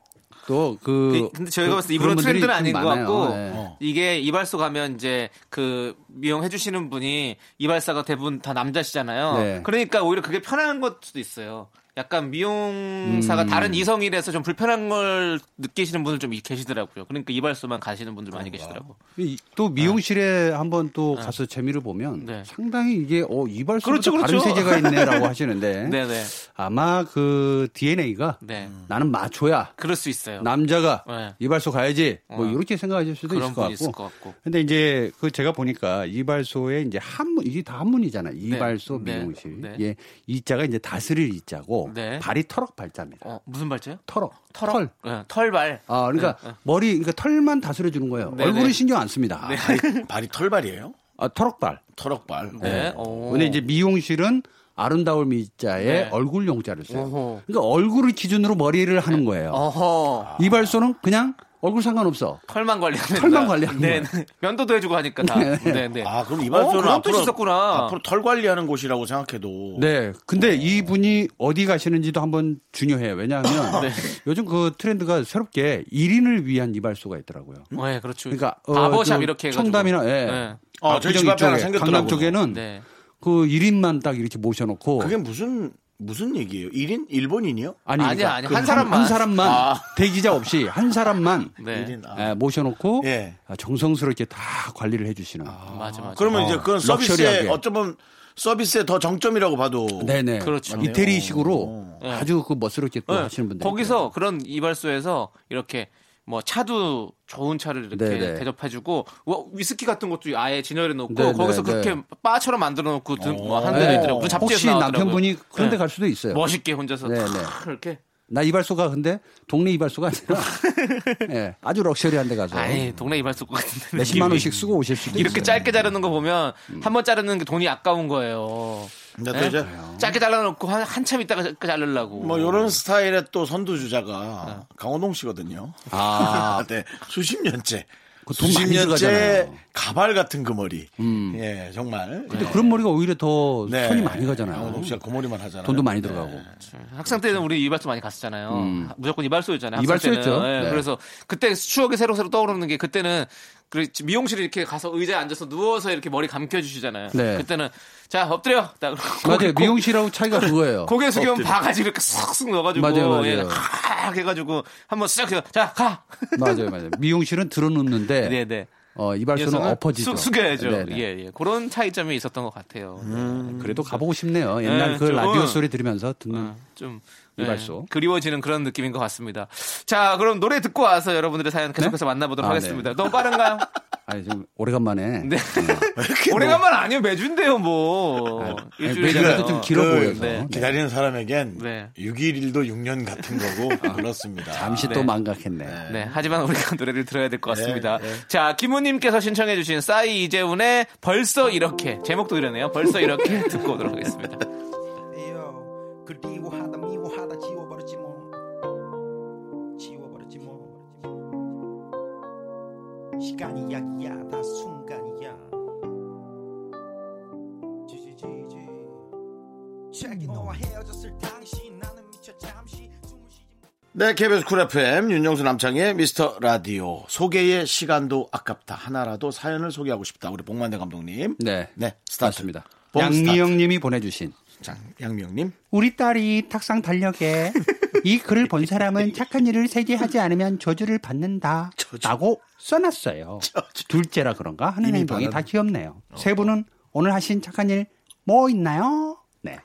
H: 또그
C: 근데 저희가 봤을 때 이분은 트렌드는 아닌 것 같고
H: 네. 어.
C: 이게 이발소 가면 이제 그 미용해 주시는 분이 이발사가 대부분 다 남자시잖아요.
H: 네.
C: 그러니까 오히려 그게 편한 것도 있어요. 약간 미용사가
H: 음.
C: 다른 이성이라서 좀 불편한 걸 느끼시는 분들 좀 계시더라고요. 그러니까 이발소만 가시는 분들
H: 아,
C: 많이 계시더라고.
H: 이- 또 미용실에 한번 또 가서 재미를 보면
C: 네.
H: 상당히 이게 어 이발소보다
C: 그렇죠,
H: 다른
C: 그렇죠.
H: 세계가 있네라고 음. 하시는데
C: 네네.
H: 아마 그 DNA가
C: 네.
H: 나는 마초야
C: 그럴 수 있어요.
H: 남자가
C: 네.
H: 이발소 가야지 뭐
C: 어.
H: 이렇게 생각하실 수도
C: 그런
H: 있을 것
C: 분이
H: 같고.
C: 있을 것 같고.
H: 근데 이제 그 제가 보니까 이발소에 이제 한문 이게 다 한문이잖아. 요 이발소
C: 네.
H: 미용실.
C: 네.
H: 예. 이자가 이제 다스릴 이자고
C: 네.
H: 발이 터럭 발자입니다.
C: 어, 무슨 발자요?
H: 터럭. 털.
C: 네, 털발.
H: 아, 그러니까 머리 그러니까 털만 다스려 주는 거예요.
C: 네,
H: 얼굴은
C: 네.
H: 신경 안 씁니다.
B: 발이, 발이 털발이에요?
H: 아, 터럭발.
B: 털럭발. 어.
C: 네. 오.
H: 근데 이제 미용실은 아름다울 미자에
C: 네.
H: 얼굴 용자를 써요.
C: 어허.
H: 그러니까 얼굴을 기준으로 머리를 하는 거예요.
C: 어허.
H: 이발소는 그냥 얼굴 상관없어.
C: 털만 관리하는
H: 아. 털만 관리하는
C: 네.
H: 거야.
C: 네. 면도도 해주고 하니까 다. 네, 네.
B: 아, 그럼
C: 어,
B: 이발소는
C: 그런 뜻이
B: 앞으로,
C: 있었구나.
B: 앞으로 털 관리하는 곳이라고 생각해도.
H: 네. 근데 이분이 어디 가시는지도 한번 중요해요. 왜냐하면
C: 네.
H: 요즘 그 트렌드가 새롭게 1인을 위한 이발소가 있더라고요.
C: 네, 그렇죠.
H: 그러니까 어,
C: 바버샵
H: 저
C: 이렇게 해가지고.
H: 청담이나 예.
C: 네.
B: 어,
H: 압구정
B: 저희 집 앞에 하나
H: 이쪽에,
B: 생겼더라고요.
H: 강남 쪽에는
C: 네. 뭐-
H: 그 1인만 딱 이렇게 모셔놓고
B: 그게 무슨, 무슨 얘기예요? 1인? 일본인이요?
H: 아니
C: 아니야,
H: 그러니까
C: 아니야.
H: 그
C: 한 사람만.
H: 한 사람만
C: 아.
H: 대기자 없이 한 사람만
C: 네.
B: 1인. 아.
H: 예, 모셔놓고
B: 예.
H: 아, 정성스럽게 다 관리를 해주시는.
C: 맞아, 맞아.
B: 그러면
H: 어,
B: 이제 그건 서비스에
H: 럭셔리하게.
B: 어쩌면 서비스에 더 정점이라고 봐도.
H: 네네.
C: 그렇죠.
H: 이태리식으로
C: 네.
H: 아주 그 멋스럽게 또
C: 네.
H: 하시는 분들.
C: 거기서 그런 이발소에서 이렇게 뭐 차도 좋은 차를 이렇게
H: 네, 네.
C: 대접해주고 와, 위스키 같은 것도 아예 진열해 놓고
H: 네,
C: 거기서
H: 네,
C: 그렇게
H: 네.
C: 바처럼 만들어 놓고 드- 뭐 하는
H: 네.
C: 데도 있더라고요. 그
H: 혹시
C: 잡지에서 나오더라고요.
H: 남편분이 그런 데
C: 네.
H: 갈 수도 있어요.
C: 멋있게 혼자서
H: 네,
C: 네,
H: 네.
C: 이렇게
H: 나 이발소가 근데 동네 이발소가 아니라 예, 아주 럭셔리한 데 가서
C: 아예 동네 이발소 같은데
H: 몇십만
C: 느낌이.
H: 원씩 음. 쓰고 오실 수도
C: 이렇게
H: 있어요.
C: 짧게 자르는 거 보면 한 번 자르는 게 돈이 아까운 거예요.
B: 근데 또
C: 네?
B: 이제
C: 짧게 잘라놓고 한, 한참 있다가 자르려고.
H: 어.
B: 뭐 요런 스타일의 또 선두주자가 강호동 씨거든요.
H: 네. 아,
B: 아, 네. 수십 년째.
H: 그돈
B: 수십
H: 많이
B: 년째
H: 들어가잖아요. 음.
B: 가발 같은 그 머리. 예, 정말.
H: 근데 그런 머리가 오히려 더
B: 네.
H: 손이 많이 가잖아요.
B: 강호동 씨가 그 머리만 하잖아요. 네.
H: 돈도 많이 들어가고.
C: 예, 학생 때는 우리 이발소 많이 갔었잖아요. 무조건 이발소였잖아요. 학생
H: 음. 이발소였죠.
C: 때는. 예,
H: 네.
C: 그래서 그때 추억이 새록새록 떠오르는 게 그때는 그 미용실에 이렇게 가서 의자에 앉아서 누워서 이렇게 머리 감겨주시잖아요.
H: 네.
C: 그때는 자 엎드려. 딱 그러고
H: 맞아요.
C: 고-
H: 미용실하고 차이가 그거예요.
C: 고개 숙이면 봐가지고 이렇게 쓱쓱 넣어가지고
H: 맞아요, 맞아요.
C: 예, 칵 해가지고 한번 쓱 자가
H: 맞아요, 맞아요. 미용실은 들어눕는데
C: 네네
H: 어, 이발소는 엎어지죠.
C: 숙, 숙여야죠
H: 네, 네.
C: 예예 그런 차이점이 있었던 것 같아요
H: 그래도 가보고 싶네요. 옛날
C: 네,
H: 그
C: 좀,
H: 라디오
C: 어.
H: 소리 들으면서 듣는
C: 음, 좀
H: 이발소.
C: 예, 그리워지는 그런 느낌인 것 같습니다. 자, 그럼 노래 듣고 와서 여러분들의 사연 계속해서 만나보도록
H: 아,
C: 하겠습니다. 너무 빠른가요?
H: 아니 좀 오래간만에
C: 네. 오래간만 아니요 매주인데요 뭐.
H: 뭐. 아, 매주라도 좀 길어
B: 그
H: 보여서
C: 네.
B: 기다리는 사람에겐
C: 네.
B: 6일일도 6년 같은 거고
H: 아.
B: 그렇습니다.
H: 잠시
C: 네.
H: 또 망각했네.
C: 네, 하지만 우리가 노래를 들어야 될
H: 네,
C: 것 같습니다. 자, 김우님께서 신청해주신 싸이 이재훈의 벌써 이렇게 제목도 이러네요. 벌써 이렇게 듣고 오도록 하겠습니다.
G: 그리워하다 미워하다 지워버렸지 뭐 지워버렸지 뭐 시간이 약이야 다 순간이야 지지지지 책이 너와 헤어졌을 당시 나는 미쳐 잠시 숨을 쉬지 못
B: 네, KBS 쿨 FM 윤정수 남창의 미스터 라디오 소개의 시간도 아깝다. 하나라도 사연을 소개하고 싶다. 우리 복만대 감독님.
H: 네.
B: 네, 스타트.
H: 맞습니다.
B: 봉
H: 양미영 님이 보내주신
B: 자, 양미영님.
H: 우리 딸이 탁상 달력에 이 글을 본 사람은 착한 일을 세게 하지 않으면 저주를 받는다. 라고 써놨어요. 둘째라 그런가 하는
B: 이미
H: 행동이 다
B: 받았네.
H: 귀엽네요. 어. 세 분은 오늘 하신 착한 일 뭐 있나요? 네.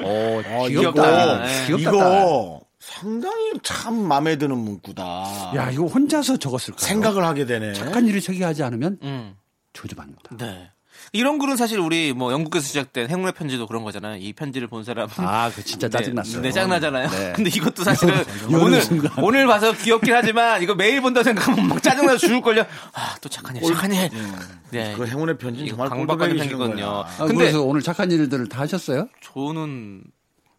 H: 오,
C: 어, 귀엽다.
H: 어, 귀엽다.
C: 네.
H: 귀엽다.
B: 이거 상당히 참 마음에 드는 문구다.
H: 야, 이거 혼자서 적었을까?
B: 생각을 하게 되네.
H: 착한 일을 세게 하지 않으면
C: 음.
H: 저주받는다.
C: 네. 이런 글은 사실 우리 뭐 영국에서 시작된 행운의 편지도 그런 거잖아요. 이 편지를 본 사람은
H: 아, 그 진짜 짜증났어요.
C: 네, 짜증나잖아요.
H: 네.
C: 근데 이것도 사실은
H: 여느
C: 오늘
H: 순간.
C: 오늘 봐서 귀엽긴 하지만 이거 매일 본다 생각하면 막 짜증나서 죽을 걸요. 아, 또 착한 일, 착한 일. 네.
B: 그 행운의 편지
C: 이거
B: 정말
C: 강박관념
B: 꼴보기 싫은
C: 생기거든요.
B: 거야.
H: 아,
C: 근데-
H: 그래서 오늘 착한 일들을 다 하셨어요?
C: 저는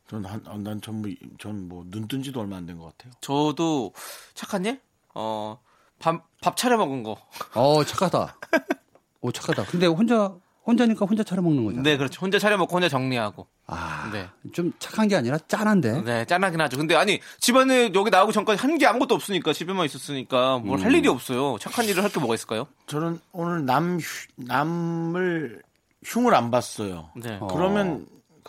B: 전한난 전부 전뭐눈 뜬지도 얼마 안 된 것 같아요.
C: 저도 착한 일? 어, 밥, 밥 차려 먹은 거.
H: 어 착하다. 오 착하다. 근데 혼자 혼자니까 혼자 차려 먹는 거잖아.
C: 네, 그렇죠. 혼자 차려 먹고 혼자 정리하고.
H: 아,
C: 네.
H: 좀 착한 게 아니라 짠한데.
C: 네, 짠하긴 하죠. 근데 아니, 집안에 여기 나오기 전까지 한 게 아무것도 없으니까, 집에만 있었으니까 뭘 할 일이 없어요. 착한 일을 할 게 뭐가 있을까요?
B: 저는 오늘 남 휴- 남을 흉을 안 봤어요.
C: 네.
B: 그러면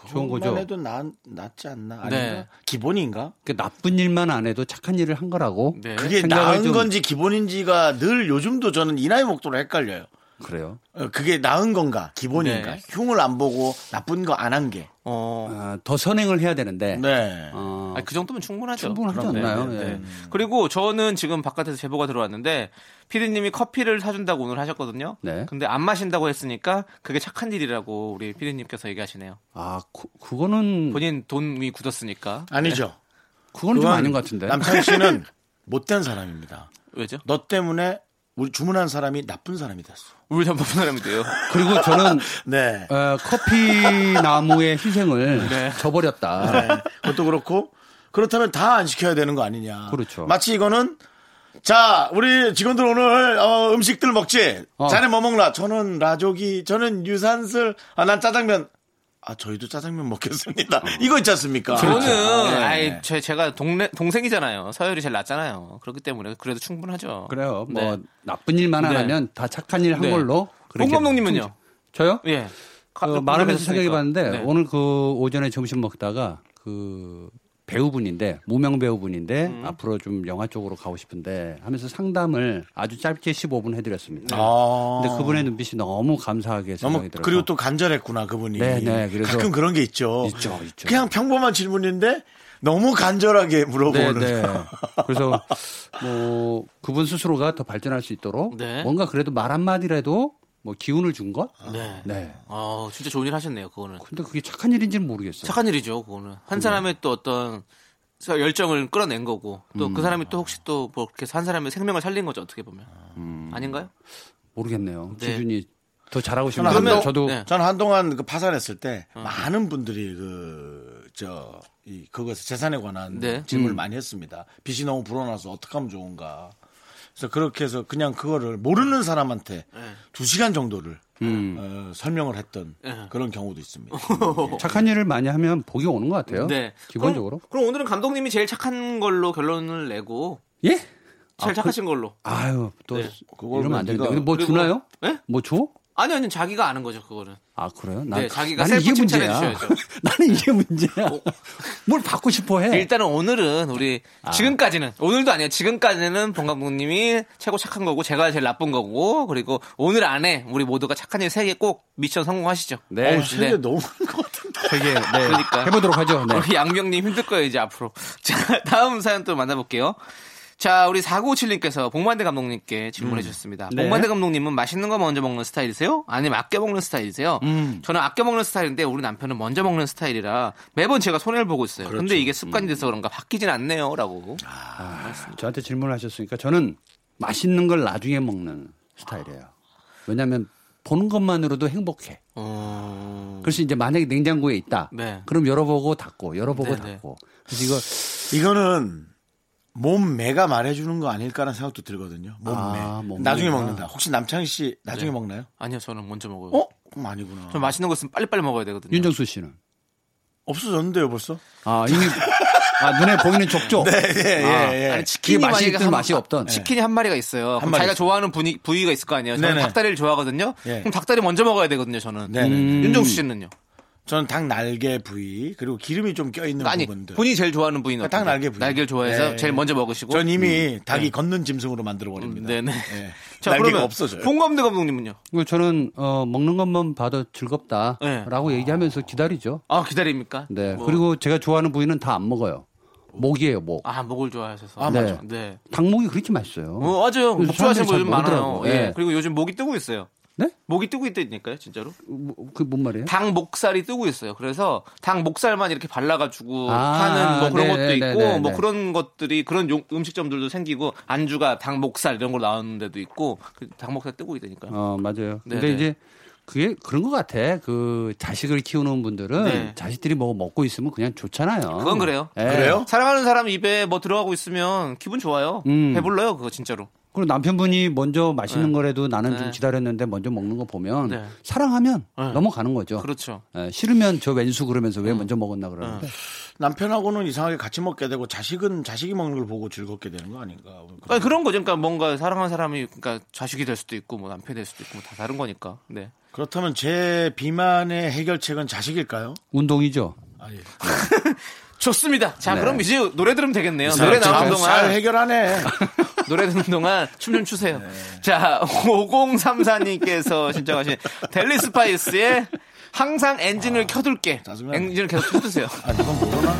H: 좋은 거죠.
B: 그것만 해도 나, 낫지 않나? 아닌가?
C: 네.
B: 기본인가?
H: 그 나쁜 일만 안 해도 착한 일을 한 거라고.
C: 네.
B: 그게
H: 예, 생각을
B: 나은
H: 좀-
B: 건지 기본인지가 늘 요즘도 저는 이 나이 먹도록 헷갈려요.
H: 그래요.
B: 어, 그게 나은 건가 기본인가
C: 네.
B: 흉을 안 보고 나쁜 거 안 한 게.
C: 어.
H: 아, 더 선행을 해야 되는데.
B: 네.
H: 어,
C: 아니, 그 정도면 충분하죠.
H: 충분하지
C: 그럼, 네,
H: 않나요?
C: 네, 네.
H: 예.
C: 그리고 저는 지금 바깥에서 제보가 들어왔는데 피디님이 커피를 사준다고 오늘 하셨거든요.
H: 네.
C: 근데 안 마신다고 했으니까 그게 착한 일이라고 우리 피디님께서 얘기하시네요.
H: 아, 그, 그거는
C: 본인 돈이 굳었으니까.
B: 아니죠.
H: 그건 좀
B: 그건
H: 네. 아닌 것 같은데.
B: 남창희 씨는 못된 사람입니다.
C: 왜죠?
B: 너 때문에 우리 주문한 사람이 나쁜 사람이 됐어.
C: 우리 전부 사람이 돼요.
H: 그리고 저는
B: 네.
H: 어, 커피 나무의 희생을
C: 네.
H: 저버렸다.
B: 네. 그것도 그렇고 그렇다면 다 안 시켜야 되는 거 아니냐.
H: 그렇죠.
B: 마치 이거는 자 우리 직원들 오늘 어, 음식들 먹지.
H: 어.
B: 자네 뭐 먹나? 저는 라조기, 저는 유산슬, 아, 난 짜장면. 아 저희도 짜장면 먹겠습니다.
H: 어.
B: 이거 있지 않습니까?
H: 그렇죠.
C: 저는
B: 네.
C: 아이 제, 제가 동네 동생이잖아요. 서열이 제일 낮잖아요. 그렇기 때문에 그래도 충분하죠.
H: 그래요. 뭐
C: 네.
H: 나쁜 일만 안
C: 네.
H: 하면 다 착한 일 한
C: 네.
H: 걸로. 그렇게
C: 홍감독님은요?
H: 저요?
C: 예. 가-
H: 그 말하면서 생각해
C: 했으니까.
H: 봤는데
C: 네.
H: 오늘 그 오전에 점심 먹다가 그 배우분인데 무명 배우분인데 앞으로 좀 영화 쪽으로 가고 싶은데 하면서 상담을 아주 짧게 15분 해드렸습니다.
B: 아.
H: 근데 그분의 눈빛이 너무 감사하게
B: 너무
H: 생각이 들어서
B: 그리고 또 간절했구나 그분이.
H: 네, 네, 그래서-
B: 가끔 그런 게 있죠.
H: 있죠, 있죠.
B: 그냥 평범한 질문인데 너무 간절하게
H: 네,
B: 물어보는.
H: 네. 그래서 뭐 그분 스스로가 더 발전할 수 있도록
C: 네.
H: 뭔가 그래도 말 한마디라도 뭐 기운을 준 것?
C: 네.
H: 네.
C: 어, 진짜 좋은 일 하셨네요. 그거는.
H: 근데 그게 착한 일인지는 모르겠어요.
C: 착한 일이죠, 그거는. 한 사람의 또 어떤 열정을 끌어낸 거고, 또
H: 음.
C: 그 사람이 또 혹시 또 뭐 그렇게 해서 한 사람의 생명을 살린 거죠, 어떻게 보면.
H: 음.
C: 아닌가요?
H: 모르겠네요.
C: 네.
H: 기준이 더 잘하고 싶네요.
B: 그러면
H: 그러면 저도
C: 네.
B: 저는 한동안 그 파산했을 때 많은 분들이 그, 저, 이, 그것에 재산에 관한
C: 네.
B: 질문을 많이 했습니다. 빚이 너무 불어나서 어떻게 하면 좋은가. 그래서 그렇게 해서 그냥 그거를 모르는 사람한테 두 시간 정도를 어, 설명을 했던
C: 음. 네.
B: 그런 경우도 있습니다.
H: 착한 일을 많이 하면 복이 오는 것 같아요.
C: 네.
H: 기본적으로.
C: 그럼, 그럼 오늘은 감독님이 제일 착한 걸로 결론을 내고,
H: 예?
C: 제일 착하신
H: 그-
C: 걸로.
H: 아유, 또
C: 네.
B: 그걸
H: 이러면
B: 왜
H: 안 되는데.
B: 네가-
H: 근데 뭐
C: 그리고-
H: 주나요?
C: 예?
H: 뭐 줘?
C: 아니, 아니, 자기가 아는 거죠, 그거는.
H: 아, 그래요? 난,
C: 네, 자기가
H: 나는 이게
C: 셀프 칭찬해
H: 문제야.
C: 주셔야죠. 어?
H: 나는 이게 문제야. 뭘 받고 싶어 해.
C: 일단은 오늘은 우리
H: 아.
C: 지금까지는 오늘도 아니에요. 지금까지는 봉 감독님이 최고 착한 거고 제가 제일 나쁜 거고 그리고 오늘 안에 우리 모두가 착한 일 세 개 꼭 미션 성공하시죠.
H: 네.
B: 어, 세계 너무 많은 것 같은데.
H: 되게, 네.
C: 그러니까.
H: 해보도록 하죠. 네.
C: 우리 양명님 힘들 거예요, 이제 앞으로. 자, 다음 사연 또 만나볼게요. 자, 우리 4957님께서 복만대 감독님께 질문해 주셨습니다.
H: 네.
C: 복만대 감독님은 맛있는 거 먼저 먹는 스타일이세요? 아니면 아껴 먹는 스타일이세요?
H: 음.
C: 저는 아껴 먹는 스타일인데 우리 남편은 먼저 먹는 스타일이라 매번 제가 손해를 보고 있어요.
H: 그렇죠.
C: 근데 이게
H: 음.
C: 습관이 돼서 그런가 바뀌진 않네요. 라고.
H: 아. 저한테 질문을 하셨으니까 저는 맛있는 걸 나중에 먹는 스타일이에요. 왜냐하면 보는 것만으로도 행복해.
C: 어...
H: 그래서 이제 만약에 냉장고에 있다.
C: 네.
H: 그럼 열어보고 닫고, 열어보고
C: 네, 네.
H: 닫고. 그래서 이거
B: 이거는 몸매가 말해주는 거 아닐까라는 생각도 들거든요. 몸매.
H: 아, 몸매가.
B: 나중에 먹는다. 혹시 남창희 씨 나중에 먹나요?
C: 아니요, 저는 먼저 네. 먹어요.
B: 어? 그럼 아니구나.
C: 좀 맛있는 거 있으면 빨리빨리 먹어야 되거든요.
H: 윤정수 씨는
B: 없어졌는데요, 벌써?
H: 아 이미 아 눈에 보이는 족족.
C: 네.
B: 예,
H: 아,
B: 예, 예.
C: 아니,
H: 이게
C: 치킨이
H: 맛이
C: 만약에
H: 있든
C: 한- 아,
H: 맛이 없던.
C: 치킨이 한 마리가 있어요. 그럼
B: 마리
C: 자기가
B: 있어요.
C: 좋아하는 부위, 부위가 있을 거 아니에요. 저는
B: 네네.
C: 닭다리를 좋아하거든요.
B: 예.
C: 그럼 닭다리 먼저 먹어야 되거든요. 저는.
B: 네네.
C: 음. 윤정수 씨는요?
B: 저는 닭 날개 부위 그리고 기름이 좀 껴있는
C: 아니
B: 부분들.
C: 본인이 제일 좋아하는 부위는
B: 닭
C: 어떤
B: 날개
C: 거예요?
B: 부위.
C: 날개를 좋아해서
B: 네.
C: 제일 먼저 먹으시고. 음,
B: 전 이미 닭이 걷는 짐승으로 만들어 버립니다.
C: 네. 네네.
B: 예.
C: 자
B: 날개가
C: 그러면
B: 없어져요.
C: 홍범대 감독님은요?
H: 그리고 저는 어, 먹는 것만 봐도 즐겁다라고 얘기하면서 기다리죠.
C: 아 기다립니까?
H: 네.
C: 네. 뭐,
H: 그리고 제가 좋아하는 부위는 다 안 먹어요. 목이에요, 목.
C: 아 목을 좋아하셔서.
H: 아, 맞아.
C: 네.
H: 닭목이 그렇게 맛있어요.
C: 어, 맞아요. 목
H: 그래서
C: 좋아하시는 분
H: 사람들이 잘
C: 요즘 많아요.
H: 모르더라고.
C: 예.
H: 예.
C: 그리고 요즘 목이 뜨고 있어요.
H: 네?
C: 목이 뜨고 있다니까요, 진짜로.
H: 그 뭔 말이에요?
C: 닭 목살이 뜨고 있어요. 그래서 닭 목살만 이렇게 발라가지고
H: 아,
C: 하는 뭐 그런
H: 네,
C: 것도
H: 네,
C: 있고
H: 네, 네,
C: 뭐
H: 네.
C: 그런 것들이 그런 용- 음식점들도 생기고 안주가 닭 목살 이런 걸로 나오는 데도 있고 그 닭 목살 뜨고 있다니까요.
H: 어, 맞아요. 근데
C: 네네.
H: 이제 그게 그런 것 같아. 그 자식을 키우는 분들은
C: 네.
H: 자식들이 뭐 먹고 있으면 그냥 좋잖아요.
C: 그건 그래요.
H: 예.
B: 그래요?
C: 사랑하는 사람 입에 뭐 들어가고 있으면 기분 좋아요.
H: 음.
C: 배불러요 그거 진짜로.
H: 그리고 남편분이 먼저 맛있는
C: 네.
H: 거라도 나는
C: 네.
H: 좀 기다렸는데 먼저 먹는 거 보면
C: 네.
H: 사랑하면
C: 네.
H: 넘어가는 거죠.
C: 그렇죠. 네.
H: 예, 싫으면 저 왼수 그러면서 왜 먼저 먹었나 그러는데
B: 남편하고는 이상하게 같이 먹게 되고 자식은 자식이 먹는 걸 보고 즐겁게 되는 거 아닌가.
C: 그런뭐 거죠. 그러니까 뭔가 사랑하는 사람이 그러니까 자식이 될 수도 있고 뭐 남편이 될 수도 있고 뭐다 다른 거니까. 네.
B: 그렇다면 제 비만의 해결책은 자식일까요?
H: 운동이죠.
B: 아, 예.
C: 좋습니다. 자,
H: 네.
C: 그럼 이제 노래 들으면 되겠네요. 노래 나온
B: 잘
C: 동안
B: 해결하네.
C: 노래 듣는 동안 춤 좀 추세요.
B: 네.
C: 자, 5034님께서 신청하신 델리 스파이스의 항상 엔진을 켜둘게.
B: 아, 짜증나네.
C: 엔진을 계속 켜두세요.
B: 아, 이건 모르나?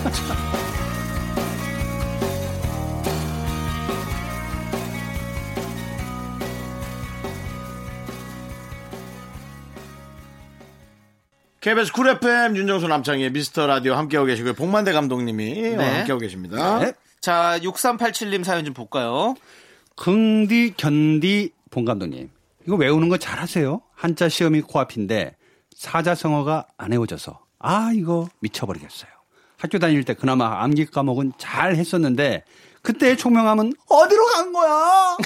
B: KBS 쿨 FM 윤정수 남창희의 미스터 라디오 함께하고 계시고요. 복만대 감독님이
C: 네.
B: 오늘 함께하고 계십니다.
H: 네.
C: 자, 6387님 사연 좀 볼까요?
H: 긍디 견디 본 감독님. 이거 외우는 거 잘하세요? 한자 시험이 코앞인데 사자성어가 안 외워져서 아 이거 미쳐버리겠어요. 학교 다닐 때 그나마 암기 과목은 잘 했었는데 그때의 총명함은 어디로 간 거야?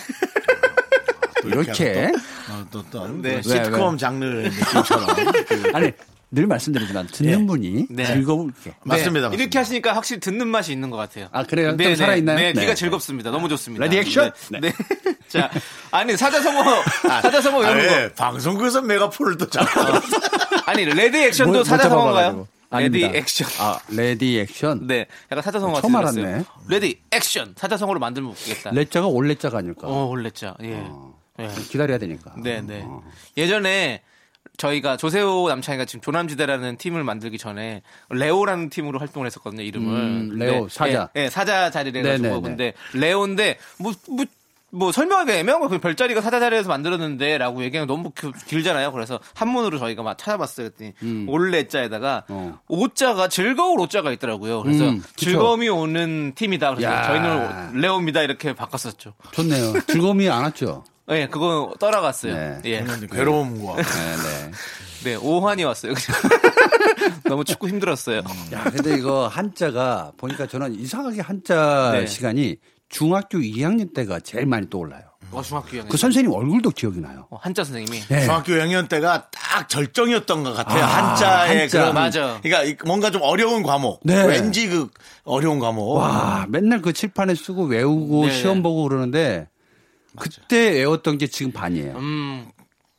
B: 또
H: 이렇게
B: 하면 또, 어, 또, 또
C: 네.
H: 왜,
B: 시트콤
H: 왜.
B: 장르의 느낌처럼. 그,
H: 아니 늘 말씀드리지만 듣는
B: 예.
H: 분이
C: 네.
H: 즐거울게.
B: 맞습니다.
C: 네, 이렇게 하시니까 확실히 듣는 맛이 있는 것 같아요.
H: 아, 그래요? 좀 살아있나요?
C: 네,
H: 네.
C: 귀가 즐겁습니다. 너무 좋습니다.
H: 레디 액션?
C: 네. 네. 자, 아니 사자성어, 사자성어
B: 아,
C: 외우는 뭐 거. 네.
B: 예. 방송국에서 메가폴을 또 잡고.
C: 아니 레디 액션도
H: 뭘- 못
C: 사자성어인가요?
H: 뭐, 잡아봐가지고.
C: 레디
H: 아닙니다.
C: 액션.
H: 아 레디 액션.
C: 네, 약간 사자성어 같은
H: 처음
C: 거 들었어요.
H: 알았네.
C: 레디 액션 사자성어로 만들면 웃기겠다.
H: 레자가 올레자가 아닐까?
C: 어, 원래자. 예. 예.
H: 기다려야 되니까.
C: 네, 네.
H: 어.
C: 예전에 저희가 조세호 남창이가 지금 조남지대라는 팀을 만들기 전에 레오라는 팀으로 활동을 했었거든요. 이름을
H: 음, 레오,
C: 근데,
H: 사자.
C: 예, 예, 사자 자리를
H: 네,
C: 해가지고
H: 네, 네.
C: 근데 레오인데 뭐 뭐 뭐 설명하기 애매한 거 별자리가 사자 자리에서 만들었는데라고 얘기하면 너무 그- 길잖아요. 그래서 한문으로 저희가 막 찾아봤어요. 그랬더니 올레자에다가
H: 음. 어.
C: 오자가 즐거울 오자가 있더라고요. 그래서
H: 음, 그쵸.
C: 즐거움이 오는 팀이다. 그래서
H: 야.
C: 저희는 레오입니다 이렇게 바꿨었죠.
H: 좋네요. 즐거움이 안 왔죠.
C: 예, 그거 떠나갔어요.
H: 네.
C: 예.
B: 괴로움과.
H: 네, 네.
C: 네, 오환이 왔어요. 그냥. 너무 춥고 힘들었어요.
H: 야, 근데 이거 한자가 보니까 저는 이상하게 한자
C: 네.
H: 시간이 중학교 2학년 때가 제일 많이 떠올라요.
C: 어, 중학교 형이.
H: 그 선생님 얼굴도 기억이 나요.
C: 어, 한자 선생님이.
H: 네.
B: 중학교 6학년 때가 딱 절정이었던 것 같아요.
H: 아,
B: 한자의
H: 한자.
B: 그런
C: 맞아.
B: 그러니까 이- 뭔가 좀 어려운 과목.
H: 네.
B: 왠지 그 어려운 과목.
H: 와, 맨날 그 칠판에 쓰고 외우고
C: 네.
H: 시험 보고 그러는데 그때 외웠던 게 지금 반이에요.
C: 음,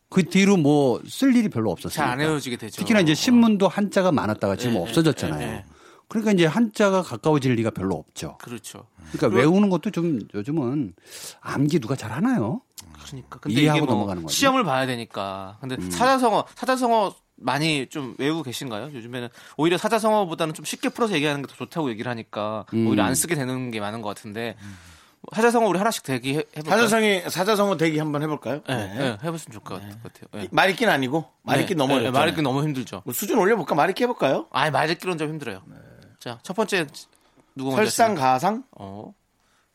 H: 그 뒤로 뭐 쓸 일이 별로 없었어요.
C: 잘 안 외워지게 되죠.
H: 특히나 이제 신문도 한자가 많았다가 지금
C: 네,
H: 없어졌잖아요.
C: 네, 네.
H: 그러니까 이제 한자가 가까워질 리가 별로 없죠.
C: 그렇죠.
H: 그러니까 외우는 것도 좀 요즘은 암기 누가 잘 하나요?
C: 그러니까. 근데 이게
H: 이해하고
C: 뭐
H: 넘어가는 거죠. 음.
C: 시험을 봐야 되니까. 근데 사자성어, 사자성어 많이 좀 외우고 계신가요? 요즘에는 오히려 사자성어보다는 좀 쉽게 풀어서 얘기하는 게 더 좋다고 얘기를 하니까
H: 음.
C: 오히려 안 쓰게 되는 게 많은 것 같은데 사자성어 우리 하나씩 대기해 볼까요?
B: 사자성이 사자성어 대기 한번 해볼까요?
C: 예,
B: 네.
C: 예, 해보시면 좋을 것 같- 같아요. 예.
B: 말잇기는 아니고 말잇기
C: 네,
B: 넘어
C: 예,
B: 요뭐
C: 말잇기 너무 힘들죠.
B: 수준 올려볼까? 말잇기 해볼까요?
C: 아니 말잇기로는 좀 힘들어요. 자 첫 번째 누구 먼저?
B: 네. 설상
C: 하시나요?
B: 가상
C: 어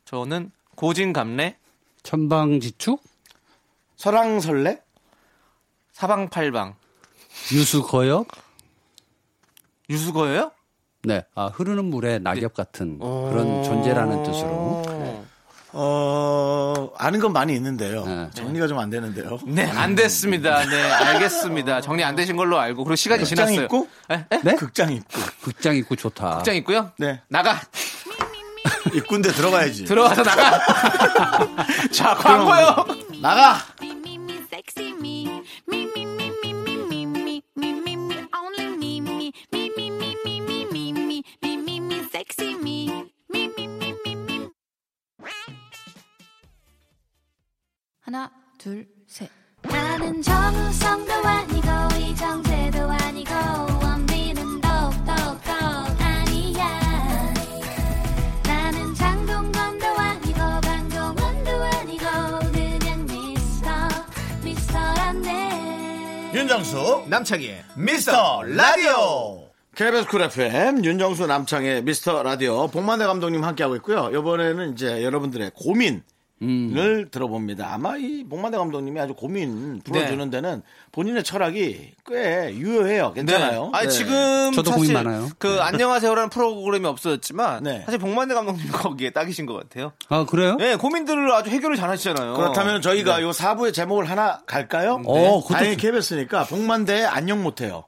C: 저는 고진감래
H: 천방지축,
B: 설왕설래
C: 사방팔방
H: 유수거역,
C: 유수거예요?
H: 네, 아, 흐르는 물에 낙엽 같은 그런 존재라는 뜻으로.
C: 네.
B: 어 아는 건 많이 있는데요.
H: 네.
B: 정리가 좀 안 되는데요.
C: 네안 됐습니다. 네 알겠습니다. 정리 안 되신 걸로 알고 그리고 시간이
B: 극장
C: 지났어요.
B: 입구?
C: 예? 예?
H: 네?
B: 극장 입구
H: 극장 입구 좋다.
C: 극장 있고요.
B: 네.
C: 나가
B: 입구인데 들어가야지.
C: 들어와서 나가. 자 광고요.
B: 나가
D: Me, me, me, sexy me. Me, me, me, me, me, me, me, me, me, me, only me, me. Me, me, me, me, me, me, me, me, me, me, sexy me. Me, me, me, me, me.
I: 하나, 둘, 셋.
D: 나는 정우성도 아니고 이정재도 아니고 원빈은 더욱더 아니야 나는 장동건도 아니고 강동원도 아니고 그냥 미스터 미스터란데
B: 윤정수 남창희의 미스터 라디오 KBS 쿨 FM 윤정수 남창희의 미스터 라디오 복만대 감독님 함께하고 있고요 이번에는 이제 여러분들의 고민을 들어봅니다 아마 이 복만대 감독님이 아주 고민 풀어주는 데는 본인의 철학이 꽤 유효해요 괜찮아요
C: 아니
B: 네.
C: 지금
H: 저도
C: 사실
H: 고민 많아요.
C: 그 안녕하세요라는 프로그램이 없어졌지만
B: 네.
C: 사실 복만대 감독님 거기에 딱이신 것 같아요.
H: 아, 그래요?
C: 네, 고민들을 아주 해결을 잘
B: 어,
C: 하시잖아요.
B: 그렇다면 저희가 요 4부의 제목을 하나 갈까요? 네.
H: 어, 그것도
B: 다행히
H: 좋-
B: KBS니까 복만대에 안녕 못해요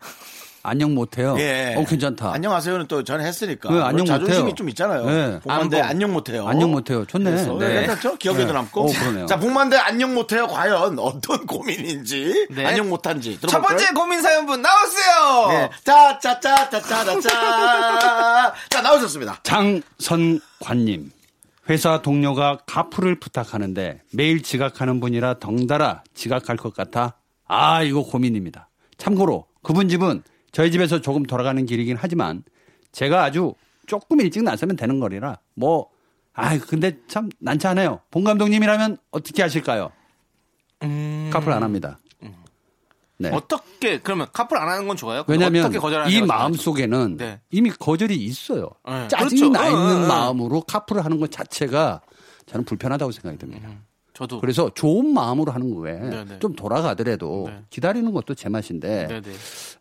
H: 안녕 못해요.
B: 예.
H: 어 괜찮다.
B: 안녕하세요는 또 전에 했으니까.
H: 네, 안녕
B: 물론 자존심이
H: 못해요.
B: 좀 있잖아요.
H: 네.
B: 복만대
H: 안녕.
B: 안녕 못해요.
H: 안녕 못해요. 좋네.
B: 그래서
H: 네.
B: 괜찮죠? 기억에도
H: 네.
B: 남고.
H: 어, 그러네요.
B: 자, 복만대 안녕 못해요. 과연 어떤 고민인지
C: 네.
B: 안녕 못한지 들어볼까요?
C: 첫 번째 고민 사연분 나오세요.
B: 네. 짜짜짜짜짜짜. 자 나오셨습니다.
H: 장선관님. 회사 동료가 가풀을 부탁하는데 매일 지각하는 분이라 덩달아 지각할 것 같아 아 이거 고민입니다. 참고로 그분 집은 저희 집에서 조금 돌아가는 길이긴 하지만 제가 아주 조금 일찍 나서면 되는 거리라 뭐 아 근데 참 난처하네요. 본 감독님이라면 어떻게 하실까요? 카풀 안 합니다. 네.
C: 어떻게 그러면 카풀 안 하는 건 좋아요? 그럼
H: 왜냐면
C: 어떻게 거절하는 게
H: 이 마음
C: 맞아요?
H: 속에는
C: 네.
H: 이미 거절이 있어요.
C: 네,
H: 짜증이
C: 그렇죠.
H: 나 있는
C: 어, 어, 어.
H: 마음으로 카풀을 하는 것 자체가 저는 불편하다고 생각이 듭니다.
C: 저도
H: 그래서 좋은 마음으로 하는 거에
C: 음. 네, 네.
H: 좀 돌아가더라도
C: 네.
H: 기다리는 것도 제 맛인데
C: 네네.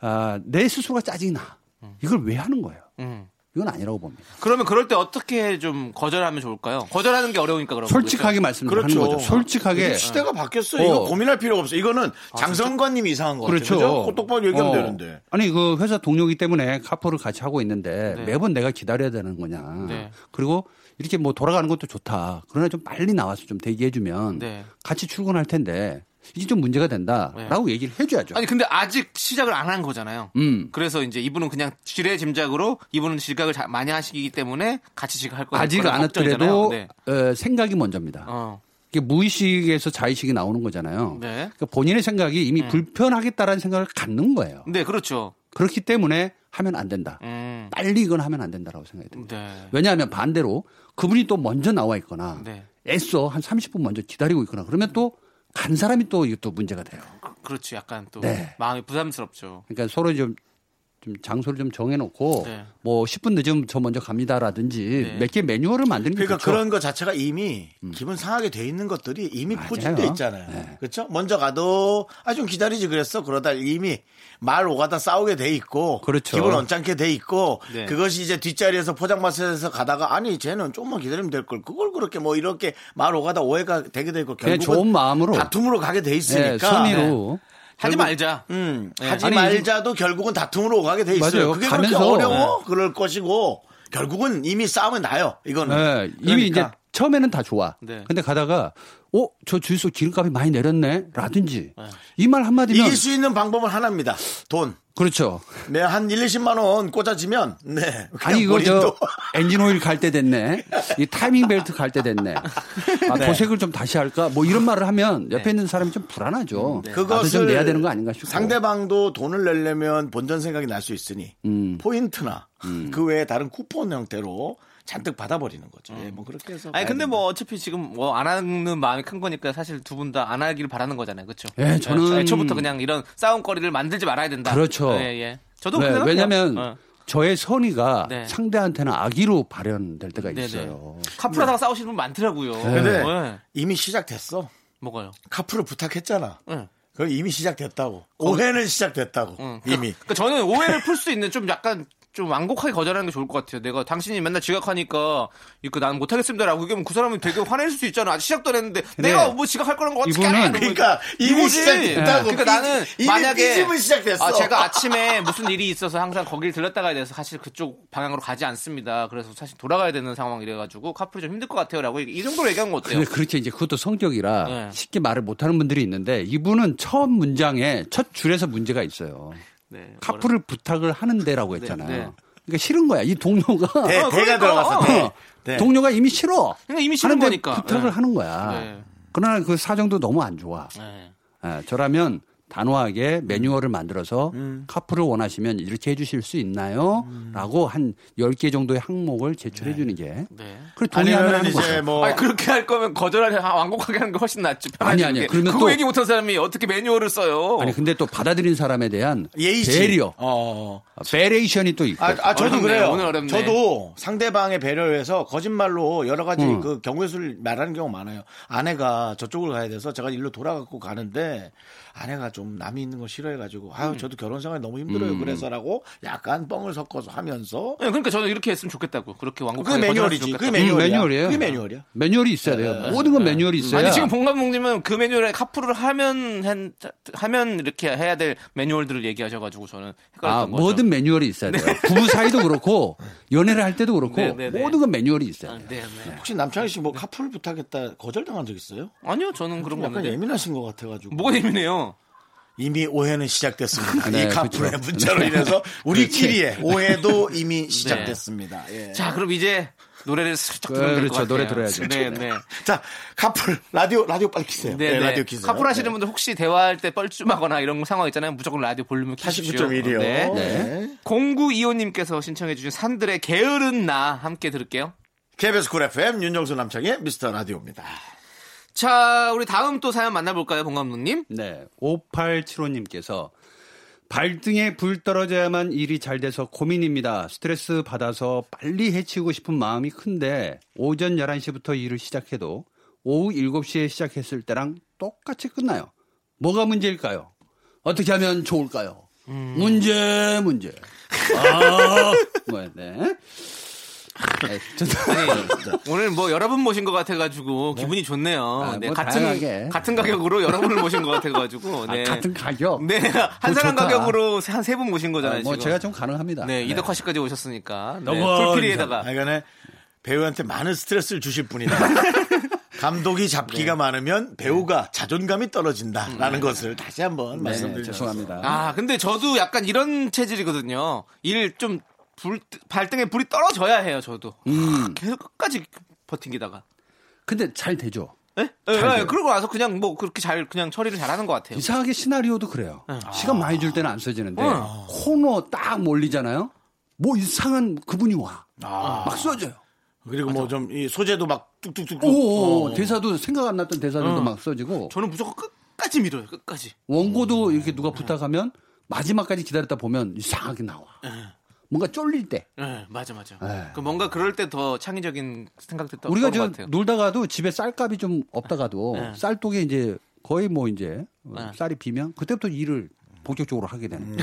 H: 아, 내 스스로가 짜증이 나. 이걸 왜 하는 거예요?
C: 음.
H: 이건 아니라고 봅니다.
C: 그러면 그럴 때 어떻게 좀 거절하면 좋을까요? 거절하는 게 어려우니까 그렇죠. 그런
H: 솔직하게 말씀하는
B: 그렇죠.
H: 거죠. 솔직하게
B: 이게 시대가 바뀌었어요. 이거
H: 어. 아,
B: 고민할 필요가 없어. 요 이거는 장성관님이 이상한 것
H: 그렇죠.
B: 같아요. 그죠? 그거 똑바로 얘기하면
H: 어.
B: 되는데.
H: 아니 그 회사 동료이기 때문에 카풀을 같이 하고 있는데
C: 네.
H: 매번 내가 기다려야 되는 거냐.
C: 네.
H: 그리고 이렇게 뭐 돌아가는 것도 좋다. 그러나 좀 빨리 나와서 좀 대기해주면
C: 네.
H: 같이 출근할 텐데 이게 좀 문제가 된다라고 얘기를 해줘야죠.
C: 네. 아니 근데 아직 시작을 안 한 거잖아요.
H: 음.
C: 그래서 이제 이분은 그냥 지레 짐작으로 이분은 지각을 자- 많이 하시기 때문에 같이 지각할 거예요. 네.
H: 아직 안 했더라도 어, 생각이 먼저입니다.
C: 어.
H: 이게 무의식에서 자의식이 나오는 거잖아요.
C: 네.
H: 그러니까 본인의 생각이 이미 불편하겠다라는 생각을 갖는 거예요.
C: 네, 그렇죠.
H: 그렇기 때문에 하면 안 된다.
C: 음.
H: 빨리 이건 하면 안 된다라고 생각이 듭니다.
C: 네.
H: 왜냐하면 반대로 그분이 또 먼저 나와 있거나
C: 네.
H: 애써 한 30분 먼저 기다리고 있거나 그러면 또 간 사람이 또 이게 또 문제가 돼요.
C: 그렇죠. 약간 또
H: 네.
C: 마음이 부담스럽죠.
H: 그러니까 서로 좀, 좀 장소를 좀 정해놓고
C: 네.
H: 뭐 10분 늦으면 저 먼저 갑니다라든지
C: 네.
H: 몇 개 매뉴얼을 만드는 게
B: 그러니까
H: 좋죠. 음.
B: 그런 것 자체가 이미 기분 상하게 돼 있는 것들이 이미
H: 맞아요.
B: 포진돼 있잖아요.
H: 네.
B: 그렇죠? 먼저 가도 아 좀 기다리지 그랬어. 그러다 이미 말 오가다 싸우게 돼 있고
H: 그렇죠.
B: 기분 언짢게 돼 있고
C: 네.
B: 그것이 이제 뒷자리에서 포장마차에서 가다가 아니 쟤는 조금만 기다리면 될 걸 그걸 그렇게 뭐 이렇게 말 오가다 오해가 되게 되고
H: 그냥
B: 결국은
H: 좋은 마음으로.
B: 다툼으로 가게 돼
H: 네,
B: 있으니까
H: 선의로
C: 하지 말자.
B: 음,
C: 네.
B: 하지
H: 예. 아니,
B: 말자도 결국은 다툼으로 오가게 돼 있어요.
H: 맞아요.
B: 그게 그렇게
H: 가면서- 예.
B: 어려워? 그럴 것이고 결국은 이미 싸움은 나요. 이거는.
H: 네, 이미 이제
B: 그러니까.
H: 처음에는 다 좋아.
C: 네.
H: 근데 가다가 어 저 주유소 기름값이 많이 내렸네라든지 이 말 한마디면
B: 이길 수 있는 방법은 하나입니다. 돈.
H: 그렇죠.
B: 네, 한 1, 20만 원 꽂아지면 네. 그냥
H: 아니 이거 저
B: 본인도
H: 엔진 오일 갈 때 됐네. 이 타이밍 벨트 갈 때 됐네. 아,
B: 네.
H: 도색을 좀 다시 할까? 뭐 이런 말을 하면
C: 네.
H: 옆에 있는 사람이 좀
C: 음,
H: 불안하죠. 나도 좀 내야 되는 거 아닌가 싶고.
B: 상대방도 돈을 내려면 본전 생각이 날 수 있으니
H: 음.
B: 포인트나 그 외에 다른 쿠폰 형태로 잔뜩 받아버리는 거죠. 예, 뭐 그렇게 해서.
C: 아니
B: 가야
C: 근데
B: 됩니다.
C: 뭐 어차피 지금 뭐 안 하는 마음이 큰 거니까 사실 두 분 다 안 하길 바라는 거잖아요, 그렇죠?
H: 예, 저는-
C: 애초부터 그냥 이런 싸움거리를 만들지 말아야 된다.
H: 그렇죠.
C: 예, 예. 저도
H: 네,
C: 그래요.
H: 왜냐면
C: 어.
H: 저의 선의가
C: 네.
H: 상대한테는 악의로 발현될 때가
C: 네네.
H: 있어요. 네.
C: 카풀하다가 싸우시는 분 많더라고요.
B: 근데
C: 예.
B: 이미 시작됐어.
C: 뭐가요?
B: 카풀을 부탁했잖아.
C: 예.
B: 그럼 이미 시작됐다고. 오해는 시작됐다고. 이미.
C: 어. 그러니까 저는 오해를 풀 수 있는 좀 약간 좀 완곡하게 거절하는 게 좋을 것 같아요. 내가 당신이 맨날 지각하니까 이거 난 못하겠습니다라고 얘기하면 그 사람이 되게 화낼 수도 있잖아. 아직 시작도 안 했는데 내가 뭐 지각할 거라는 거 어떻게
H: 이분은-
C: 알아?
B: 그러니까 이미
C: 이거지.
B: 시작됐다고.
C: 그러니까 나는
B: 이미
C: 만약에
B: 삐짐은 시작됐어.
C: 아, 제가 아침에 무슨 일이 있어서 항상 거길 들렀다 가야 돼서 사실 그쪽 방향으로 가지 않습니다. 그래서 사실 돌아가야 되는 상황이래가지고 카풀이 좀 힘들 것 같아요라고 이 정도로 얘기한 거 어때요?
H: 근데 그렇게 이제 그것도 성격이라
C: 네.
H: 쉽게 말을 못하는 분들이 있는데 이분은 첫 문장에 첫 줄에서 문제가 있어요.
C: 네.
H: 카풀을 부탁을 하는데라고 했잖아요.
C: 네, 네.
H: 그러니까 싫은 거야. 이 동료가
B: 대, 대가
C: 어, 그러니까.
B: 네, 들어갔어. 대.
H: 어,
B: 네.
H: 동료가 이미 싫어.
C: 그러니까 이미 싫은
H: 하는데
C: 거니까.
H: 부탁을
C: 네.
H: 하는 거야.
C: 네.
H: 그러나 그 사정도 너무 안 좋아.
C: 네.
H: 예, 저라면 단호하게 매뉴얼을 만들어서 카풀을 원하시면 이렇게 해주실 수 있나요? 라고 한 10개 정도의 항목을 제출해 주는 게.
C: 네.
H: 그래, 동의하면
B: 아니면
H: 하는
B: 이제
H: 거죠.
B: 뭐
C: 아니 그렇게 할 거면 거절하려 하- 완곡하게 하는 게 훨씬 낫지. 편하게.
H: 어. 아니, 아니, 그러면
C: 그거
H: 또-
C: 얘기 못한 사람이 어떻게 매뉴얼을 써요?
H: 아니, 그 근데 또 받아들인 사람에 대한
B: 예의지.
H: 배려,
B: 어.
H: 베레이션이 또 있고.
B: 아, 아, 저도
C: 어렵네요.
B: 그래요.
C: 오늘 어렵네.
B: 저도 상대방의 배려를 해서 거짓말로 여러 가지
H: 음.
B: 그 경우의 수를 말하는 경우 많아요. 아내가 저쪽으로 가야 돼서 제가 일로 돌아가고 가는데 아내가 좀 남이 있는 거 싫어해가지고 아유
C: 음.
B: 저도 결혼 생활이 너무 힘들어요
C: 음.
B: 그래서라고 약간 뻥을 섞어서 하면서
C: 예, 그러니까 저는 이렇게 했으면 좋겠다고. 그렇게
B: 그
C: 완곡하게
B: 매뉴얼이지.
C: 거절했으면
B: 그
C: 좋겠다고.
B: 매뉴얼이야.
H: 음, 매뉴얼이에요.
B: 그 매뉴얼이야.
H: 매뉴얼이 있어야 돼요. 음, 모든 건 매뉴얼이 있어야.
C: 네. 아니 지금 봉감독님은 그 매뉴얼에 카풀을 하면 한- 하면 이렇게 해야 될 매뉴얼들을 얘기하셔가지고 저는
H: 아,
C: 헷갈렸던 거죠.
H: 모든 매뉴얼이 있어야 돼요. 부부 사이도 그렇고 연애를 할 때도 그렇고
C: 네, 네, 네.
H: 모든 건 매뉴얼이 있어요.
C: 아, 네, 네.
B: 혹시 남창희 씨 뭐 카풀 부탁했다 거절당한 적 있어요?
C: 아니요, 저는 그런
B: 좀
C: 거
B: 약간
C: 없는데.
B: 예민하신 것 같아가지고.
C: 뭐가 예민해요?
B: 이미 오해는 시작됐습니다.
H: 네,
B: 이 카풀의
H: 그쵸.
B: 문자로
H: 네.
B: 인해서 우리끼리의 오해도 이미 시작됐습니다. 예.
C: 자, 그럼 이제 노래를 슬쩍
H: 그,
C: 들으면 될것
H: 그렇죠.
C: 같아요.
H: 노래 들어야죠.
C: 네, 네.
B: 자, 카풀 라디오 라디오 빨리 키세요.
C: 네,
B: 예,
C: 네.
B: 라디오 키세요.
C: 카풀 하시는
B: 네.
C: 분들 혹시 대화할 때 뻘쭘하거나 이런 상황 있잖아요. 무조건 라디오 볼륨을 키십시오.
B: 89.1이요.
C: 네.
B: 네.
C: 0925님께서 신청해주신 산들의 게으른 나 함께 들을게요.
B: KBS 쿨 FM 윤정수 남창의 미스터 라디오입니다.
C: 자, 우리 다음 또 사연 만나볼까요, 봉감독님?
H: 네. 5875님께서 발등에 불 떨어져야만 일이 잘 돼서 고민입니다. 스트레스 받아서 빨리 해치우고 싶은 마음이 큰데 오전 11시부터 일을 시작해도 오후 7시에 시작했을 때랑 똑같이 끝나요. 뭐가 문제일까요? 어떻게 하면 좋을까요?
C: 음.
H: 문제 문제. 아, 뭐, 네. 네, 죄송합니다.
C: 오늘 뭐 여러 분 모신 것 같아가지고 기분이 좋네요.
H: 아,
C: 네,
H: 뭐
C: 같은
H: 다양하게.
C: 같은 가격으로 여러 분을 모신 것 같아가지고
H: 아,
C: 네.
H: 같은 가격.
C: 네, 한
H: 뭐
C: 사람
H: 좋다.
C: 가격으로 한 세 분 모신 거잖아요.
H: 아, 뭐
C: 지금.
H: 제가 좀 가능합니다.
C: 네, 이덕화 씨까지 오셨으니까 네,
H: 너무
C: 풀피리에다가
B: 하여간에 배우한테 많은 스트레스를 주실 분이다. 감독이 잡기가 많으면 배우가 자존감이 떨어진다라는 것을 다시 한번
H: 네,
B: 말씀드리죠.
H: 죄송합니다.
C: 아 근데 저도 약간 이런 체질이거든요. 일 좀 발등에 불이 떨어져야 해요. 저도
H: 음.
C: 계속 끝까지 버팅기다가.
H: 근데 잘 되죠.
C: 예? 예,
H: 잘
C: 예,
H: 돼요.
C: 그러고 나서 그냥 뭐 그렇게 잘 그냥 처리를 잘하는 것 같아요.
H: 이상하게 시나리오도 그래요. 시간 많이 줄 때는 안 써지는데
C: 어.
H: 코너 딱 몰리잖아요. 뭐 이상한 그분이 와. 막 써줘요.
B: 아, 그리고 뭐 좀 이 소재도 막 뚝뚝뚝뚝.
H: 오,
B: 어.
H: 대사도 생각 안 났던 대사들도 막 써지고
C: 저는 무조건 끝까지 밀어요. 끝까지.
H: 원고도 이렇게 누가 부탁하면 마지막까지 기다렸다 보면 이상하게 나와. 뭔가 쫄릴 때
C: 예, 맞아 맞아.
H: 예.
C: 그 뭔가 그럴 때 더 창의적인 생각들 떠-
H: 우리가
C: 떠오른 것
H: 지금
C: 같아요.
H: 놀다가도 집에 쌀값이 좀 없다가도
C: 네.
H: 쌀독에 이제 거의 뭐 이제 어,
C: 네.
H: 쌀이 비면 그때부터 일을 본격적으로 하게 되는.
B: 음.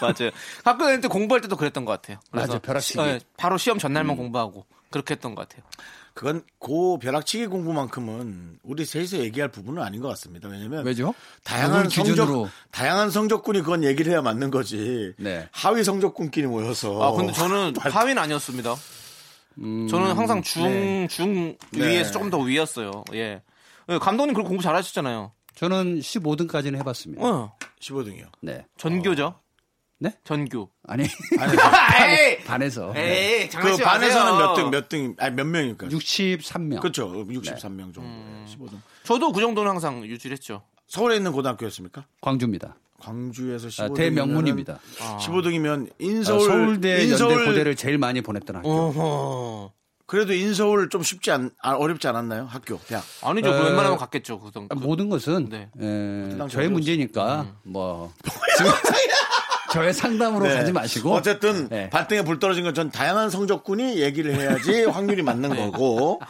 C: 맞아요. 학교 다닐 때 공부할 때도 그랬던 것 같아요. 그래서
H: 맞아, 벼락치기. 음.
C: 예, 바로 시험 전날만 공부하고 그렇게 했던 것 같아요.
B: 그건 고 벼락치기 공부만큼은 우리 셋이서 얘기할 부분은 아닌 것 같습니다. 왜냐면
H: 왜죠?
B: 다양한
H: 누굴 기준으로?
B: 성적 다양한 성적군이 그건 얘기를 해야 맞는 거지.
H: 네.
B: 하위 성적군끼리 모여서
C: 아 근데 저는 하위는 아니었습니다. 저는 항상 중, 중 위에서 조금 더 위였어요. 예. 예, 감독님 그럼 공부 잘하셨잖아요.
H: 저는 15등까지는 해봤습니다.
C: 어,
B: 15등이요.
H: 네.
C: 전교죠?
H: 네?
C: 전교. 네.
H: 아니
C: 어. 에이!
H: 반에서 네.
C: 에이,
H: 아,
B: 그
C: 장난치지
B: 반에서는
C: 마세요.
B: 몇 등, 몇 등, 아니 몇 명입니까?
H: 63명.
B: 그렇죠.
H: 네.
B: 63명 정도. 네, 15등.
C: 저도 그 정도는 항상 유지를 했죠.
B: 서울에 있는 고등학교였습니까?
H: 광주입니다.
B: 광주에서 15등.
H: 아, 대명문입니다. 아,
B: 15등이면
H: 서울,
B: 인서울
H: 서울대
B: 인서울 어.
H: 연대 고대를 제일 많이 보냈던 학교.
C: 어허.
B: 그래도 인서울 좀 쉽지 않 아, 어렵지 않았나요? 학교. 대학.
C: 아니죠.
H: 에.
C: 그 웬만하면 갔겠죠. 그 정도.
H: 아, 모든 것은
C: 네.
H: 에,
B: 당시 어려웠어요.
H: 저의
B: 음.
H: 문제니까 뭐 지금 저의 상담으로 가지 마시고
B: 네. 어쨌든
H: 네.
B: 발등에 불 떨어진 건 전 다양한 성적군이 얘기를 해야지 확률이 맞는 거고.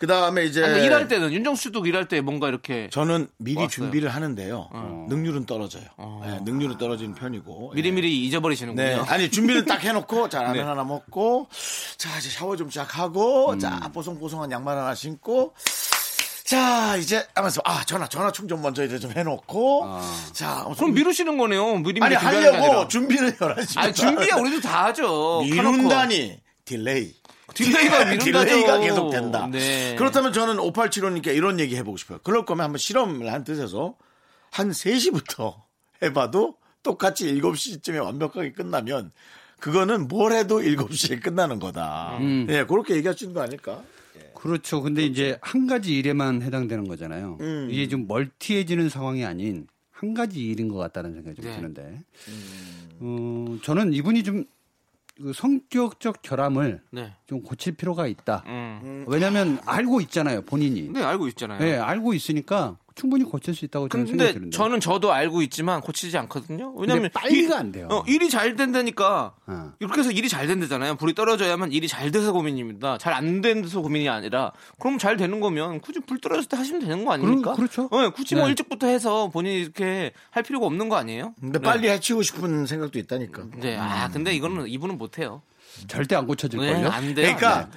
B: 그 다음에 이제
C: 네. 아니, 뭐 일할 때는 윤정수 씨도 일할 때 뭔가 이렇게
B: 저는 미리
C: 왔어요. 어.
B: 준비를 하는데요. 능률은 떨어져요. 예, 능률은 떨어지는 편이고. 예.
C: 미리미리 잊어버리시는군요. 네.
B: 네. 아니, 준비는 딱 해놓고, 자, 라면 하나 먹고, 자, 이제 샤워 좀 쫙 하고,
C: 음.
B: 자, 보송보송한 양말 하나 신고, 자, 이제 하면서, 아, 전화, 전화 충전 먼저 이제 좀 해놓고, 자, 어,
C: 그럼
B: 준비-
C: 미루시는 거네요. 미리미리
B: 아니,
C: 준비하는 게
B: 하려고
C: 아니라.
B: 준비는 11시부터.
C: 아니 준비야 우리도 다 하죠. 다
B: 미룬다니, 딜레이.
C: 딜레이가 미룬다죠.
B: 딜레이가 계속된다.
C: 네.
B: 그렇다면 저는 5875님께 이런 얘기 해보고 싶어요. 그럴 거면 한번 실험을 한 뜻에서 한 3시부터 해봐도 똑같이 7시쯤에 완벽하게 끝나면 그거는 뭘 해도 7시에 끝나는 거다.
C: 음.
B: 예, 그렇게 얘기할 수 있는 거 아닐까?
H: 그렇죠. 근데 이제 한 가지 일에만 해당되는 거잖아요.
C: 음.
H: 이게 좀 멀티해지는 상황이 아닌 한 가지 일인 것 같다는 생각이 좀
C: 네. 음.
H: 드는데, 어, 저는 이분이 좀그 성격적 결함을
C: 네.
H: 좀 고칠 필요가 있다.
C: 음.
H: 왜냐하면 알고 있잖아요, 본인이.
C: 근데 네, 알고 있잖아요.
H: 네, 알고 있으니까 충분히 고칠 수 있다고 저는 네, 생각이
C: 근데
H: 드는데.
C: 저는 저도 알고 있지만 고치지 않거든요. 왜냐면
H: 근데 빨리가
C: 일-
H: 안 돼요.
C: 어, 일이 잘 된다니까.
H: 어.
C: 이렇게 해서 일이 잘 된다잖아요. 불이 떨어져야만 일이 잘 돼서 고민입니다. 잘 안 돼서 고민이 아니라 그럼 잘 되는 거면 굳이 불 떨어졌을 때 하시면 되는 거 아닙니까?
H: 그럼 그렇죠.
C: 어, 굳이 뭐
H: 네.
C: 일찍부터 해서 본인이 이렇게 할 필요가 없는 거 아니에요?
B: 근데
C: 네.
B: 빨리 해치고 싶은 생각도 있다니까.
C: 네. 아, 근데 이거는 이분은 못 해요.
H: 절대 안 음. 고쳐질
C: 네,
H: 걸요.
C: 안 돼요.
B: 그러니까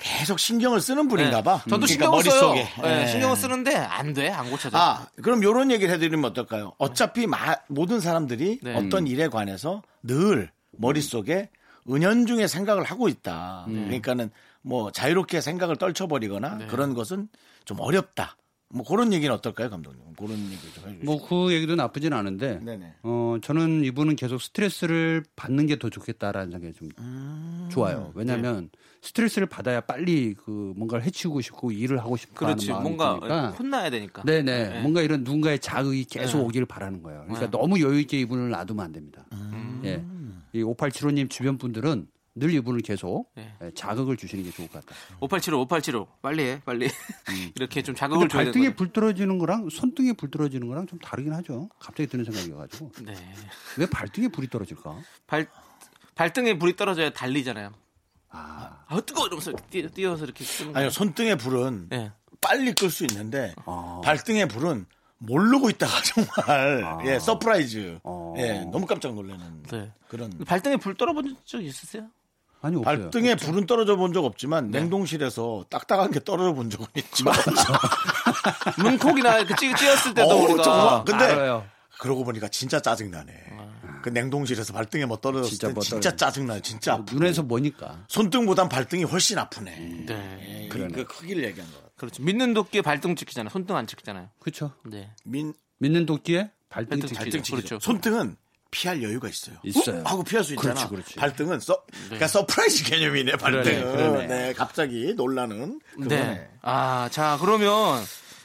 B: 계속 신경을 쓰는 분인가 봐.
C: 저도
B: 그러니까
C: 신경을 써요.
B: 머릿속에.
C: 네,
B: 예.
C: 신경을 쓰는데 안 돼. 안 고쳐져.
B: 아, 그럼 요런 얘기를 해드리면 어떨까요? 어차피 마- 모든 사람들이
C: 네.
B: 어떤 일에 관해서 늘 머릿속에 은연중에 생각을 하고 있다.
C: 네.
B: 그러니까는 뭐 자유롭게 생각을 떨쳐버리거나 그런 것은 좀 어렵다. 뭐 그런 얘기는 어떨까요, 감독님? 그런 얘기 좀 해주세요.
H: 뭐 그 얘기도 나쁘진 않은데
B: 네네.
H: 어 저는 이분은 계속 스트레스를 받는 게 더 좋겠다라는 생각이 좀
C: 네.
H: 좋아요. 왜냐하면 스트레스를 받아야 빨리 그 뭔가를 해치우고 싶고 일을 하고 싶다는
C: 그렇지.
H: 마음이
C: 뭔가
H: 드니까.
C: 혼나야 되니까.
H: 네네
C: 네.
H: 뭔가 이런 누군가의 자극이 계속 오기를 바라는 거예요. 그러니까 너무 여유 있게 이분을 놔두면 안 됩니다.
C: 아.
H: 예. 이 5875님 주변 분들은 늘 이분을 계속
C: 네.
H: 예, 자극을 주시는 게 좋을 것 같다.
C: 5875, 5875. 빨리 해, 빨리. 이렇게 좀
H: 근데
C: 자극을 줘야 되는
H: 발등에
C: 거죠.
H: 불 떨어지는 거랑 손등에 불 떨어지는 거랑 좀 다르긴 하죠. 갑자기 드는 생각이어가지고
C: 네.
H: 왜 발등에 불이 떨어질까?
C: 발 발등에 불이 떨어져야 달리잖아요.
H: 아,
C: 아 뜨거워 이러면서 이렇게 뛰, 뛰어서 이렇게 쓰는 거.
B: 아니요, 손등에 불은
C: 네.
B: 빨리 끌 수 있는데
H: 아.
B: 발등에 불은 모르고 있다가 정말 예 서프라이즈
H: 어.
B: 예 너무 깜짝 놀라는
C: 네.
B: 그런
C: 발등에 불 떨어본 적 있으세요?
H: 아니 없어요. 네.
B: 발등에 불은 떨어져 본 적 없지만 냉동실에서 딱딱한 게 떨어져 본 적은 있지만
C: 문콕이나 그 찌, 찌었을 때도
B: 어우,
C: 우리가
B: 정말. 그렇죠. 근데
H: 알아요. 아.
B: 그러고 보니까 진짜 짜증 나네. 그 냉동실에서 발등에 뭐 떨어졌을
H: 진짜
B: 때
H: 뭐
B: 진짜
H: 떨어져. 음.
B: 짜증 나요. 진짜 아프.
H: 눈에서 보니까
B: 손등보단 발등이 훨씬
H: 음.
B: 아프네.
C: 네.
B: 그, 그 크기를 얘기한 거 같아.
C: 그렇죠. 믿는 도끼에 발등 찍히잖아요. 손등 안 찍히잖아요.
H: 그렇죠.
C: 네.
B: 민
H: 믿는 도끼에 발등
C: 발등
H: 찍히죠.
C: 발등 그렇죠.
B: 손등은 피할 여유가 있어요.
H: 있어요.
B: 욱 하고 피할 수 있잖아.
H: 그렇지, 그렇지.
B: 발등은 서, 그러니까 서프라이즈 개념이네. 발등은
H: 그러네. 뭐.
B: 네, 갑자기 놀라는
C: 네.
B: 그거네.
C: 아, 자, 그러면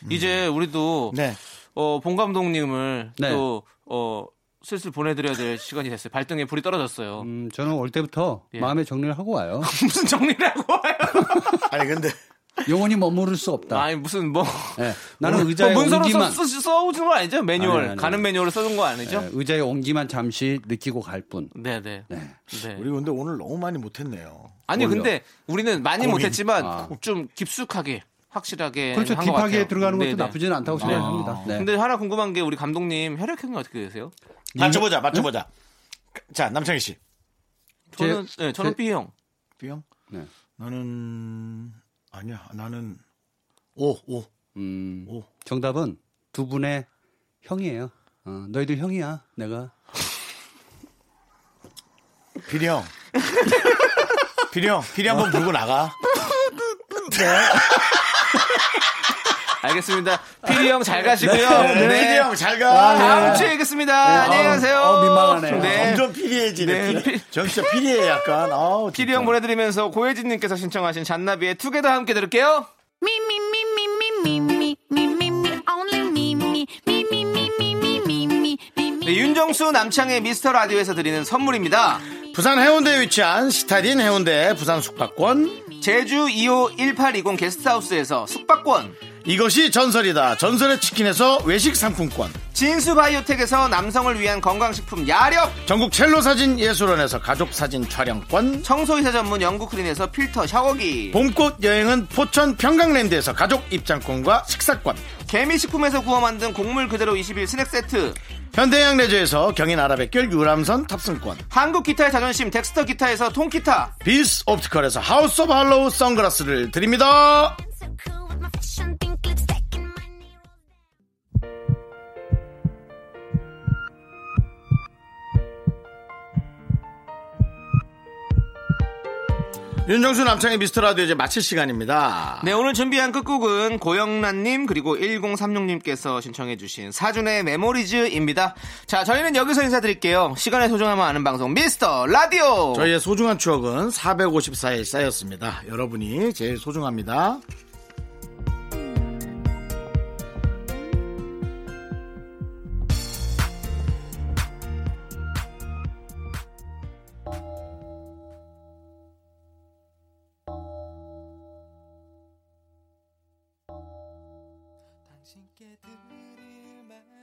C: 이제 우리도
B: 네.
C: 어, 봉 감독님을
H: 네.
C: 또 어, 슬슬 보내 드려야 될 시간이 됐어요. 발등에 불이 떨어졌어요.
H: 음, 저는 올 때부터
C: 예.
H: 마음의 정리를 하고 와요.
C: 무슨 정리라고 와요?
B: 아니 근데
H: 영원히 머무를 수 없다.
C: 아니 무슨 뭐
H: 예, 나는 의자에
C: 어, 문서로
H: 온기만
C: 써, 써, 써오준 거 아니죠? 매뉴얼
H: 아니, 아니, 아니.
C: 가는 매뉴얼을 써준 거 아니죠?
H: 예, 의자에 온기만 잠시 느끼고 갈 뿐.
C: 네, 네, 네.
B: 우리 근데 오늘 너무 많이 못했네요.
C: 아니
H: 몰라.
C: 근데 우리는 많이
B: 고민.
C: 못했지만
H: 아.
C: 좀 깊숙하게 확실하게
H: 그렇죠.
C: 예, 한것
H: 딥하게
C: 같아요.
H: 들어가는 것도
C: 네네. 아,
H: 나쁘지는 않다고 생각합니다. 네.
C: 근데 하나 궁금한 게 우리 감독님 혈액형이 어떻게 되세요?
B: 맞춰보자, 맞춰보자. 자 남창희 씨.
C: 저는 네, 저는
H: 제-
C: B형.
B: B형?
H: 네.
B: 나는 아니야. 나는 오, 오.
H: 음,
B: 오.
H: 정답은 두 분의 형이에요. 어, 너희들 형이야. 내가
B: 비리 형. 비리 형, 비리 한번 불고 나가.
C: 알겠습니다. 피리 형 잘 가시고요.
B: 네, 비리 형, 잘 가.
C: 아, 네. 다음 주에 뵙겠습니다. 안녕히 가세요.
H: 네. 어, 민망하네요.
C: 네.
B: 점점 비리해지네.
C: 네.
B: 비리. 저 진짜 비리해, 약간. 아우,
C: 피리
B: 진짜.
C: 형 보내드리면서 고혜진님께서 신청하신 잔나비의 투게더 함께 들을게요.
D: Me, me, me, me, me, me, me, me, me, me, only me, me, me, me, me, me, me, me, me, me, me.
C: 네, 윤정수 남창의 미스터 라디오에서 드리는 선물입니다.
B: 부산 해운대에 위치한 시타딘 해운대 부산 숙박권.
C: 제주 2호 1820 게스트하우스에서 숙박권,
B: 이것이 전설이다. 전설의 치킨에서 외식 상품권.
C: 진수 바이오텍에서 남성을 위한 건강식품 야력,
B: 전국 첼로 사진 예술원에서 가족 사진 촬영권.
C: 청소이사 전문 영국 크린에서 필터 샤워기,
B: 봄꽃 여행은 포천 평강랜드에서 가족 입장권과 식사권.
C: 개미식품에서 구워 만든 곡물 그대로 21 스낵 세트,
B: 현대양 레저에서 경인 아라뱃길 유람선 탑승권
C: 한국 기타의 자존심 덱스터 기타에서 통기타,
B: 비스 옵티컬에서 하우스 오브 할로우 선글라스를 드립니다
D: So cool with my fashion pink lipstick and my nails.
B: 윤정수 남창의 미스터라디오 이제 마칠 시간입니다
C: 네, 오늘 준비한 끝곡은 고영란님 그리고 1036님께서 신청해주신 사준의 메모리즈입니다. 자, 저희는 여기서 인사드릴게요. 시간의 소중함을 아는 방송 미스터 라디오.
B: 저희의 소중한 추억은 454일 쌓였습니다 여러분이 제일 소중합니다
G: 당신의
J: 당신께 드릴 말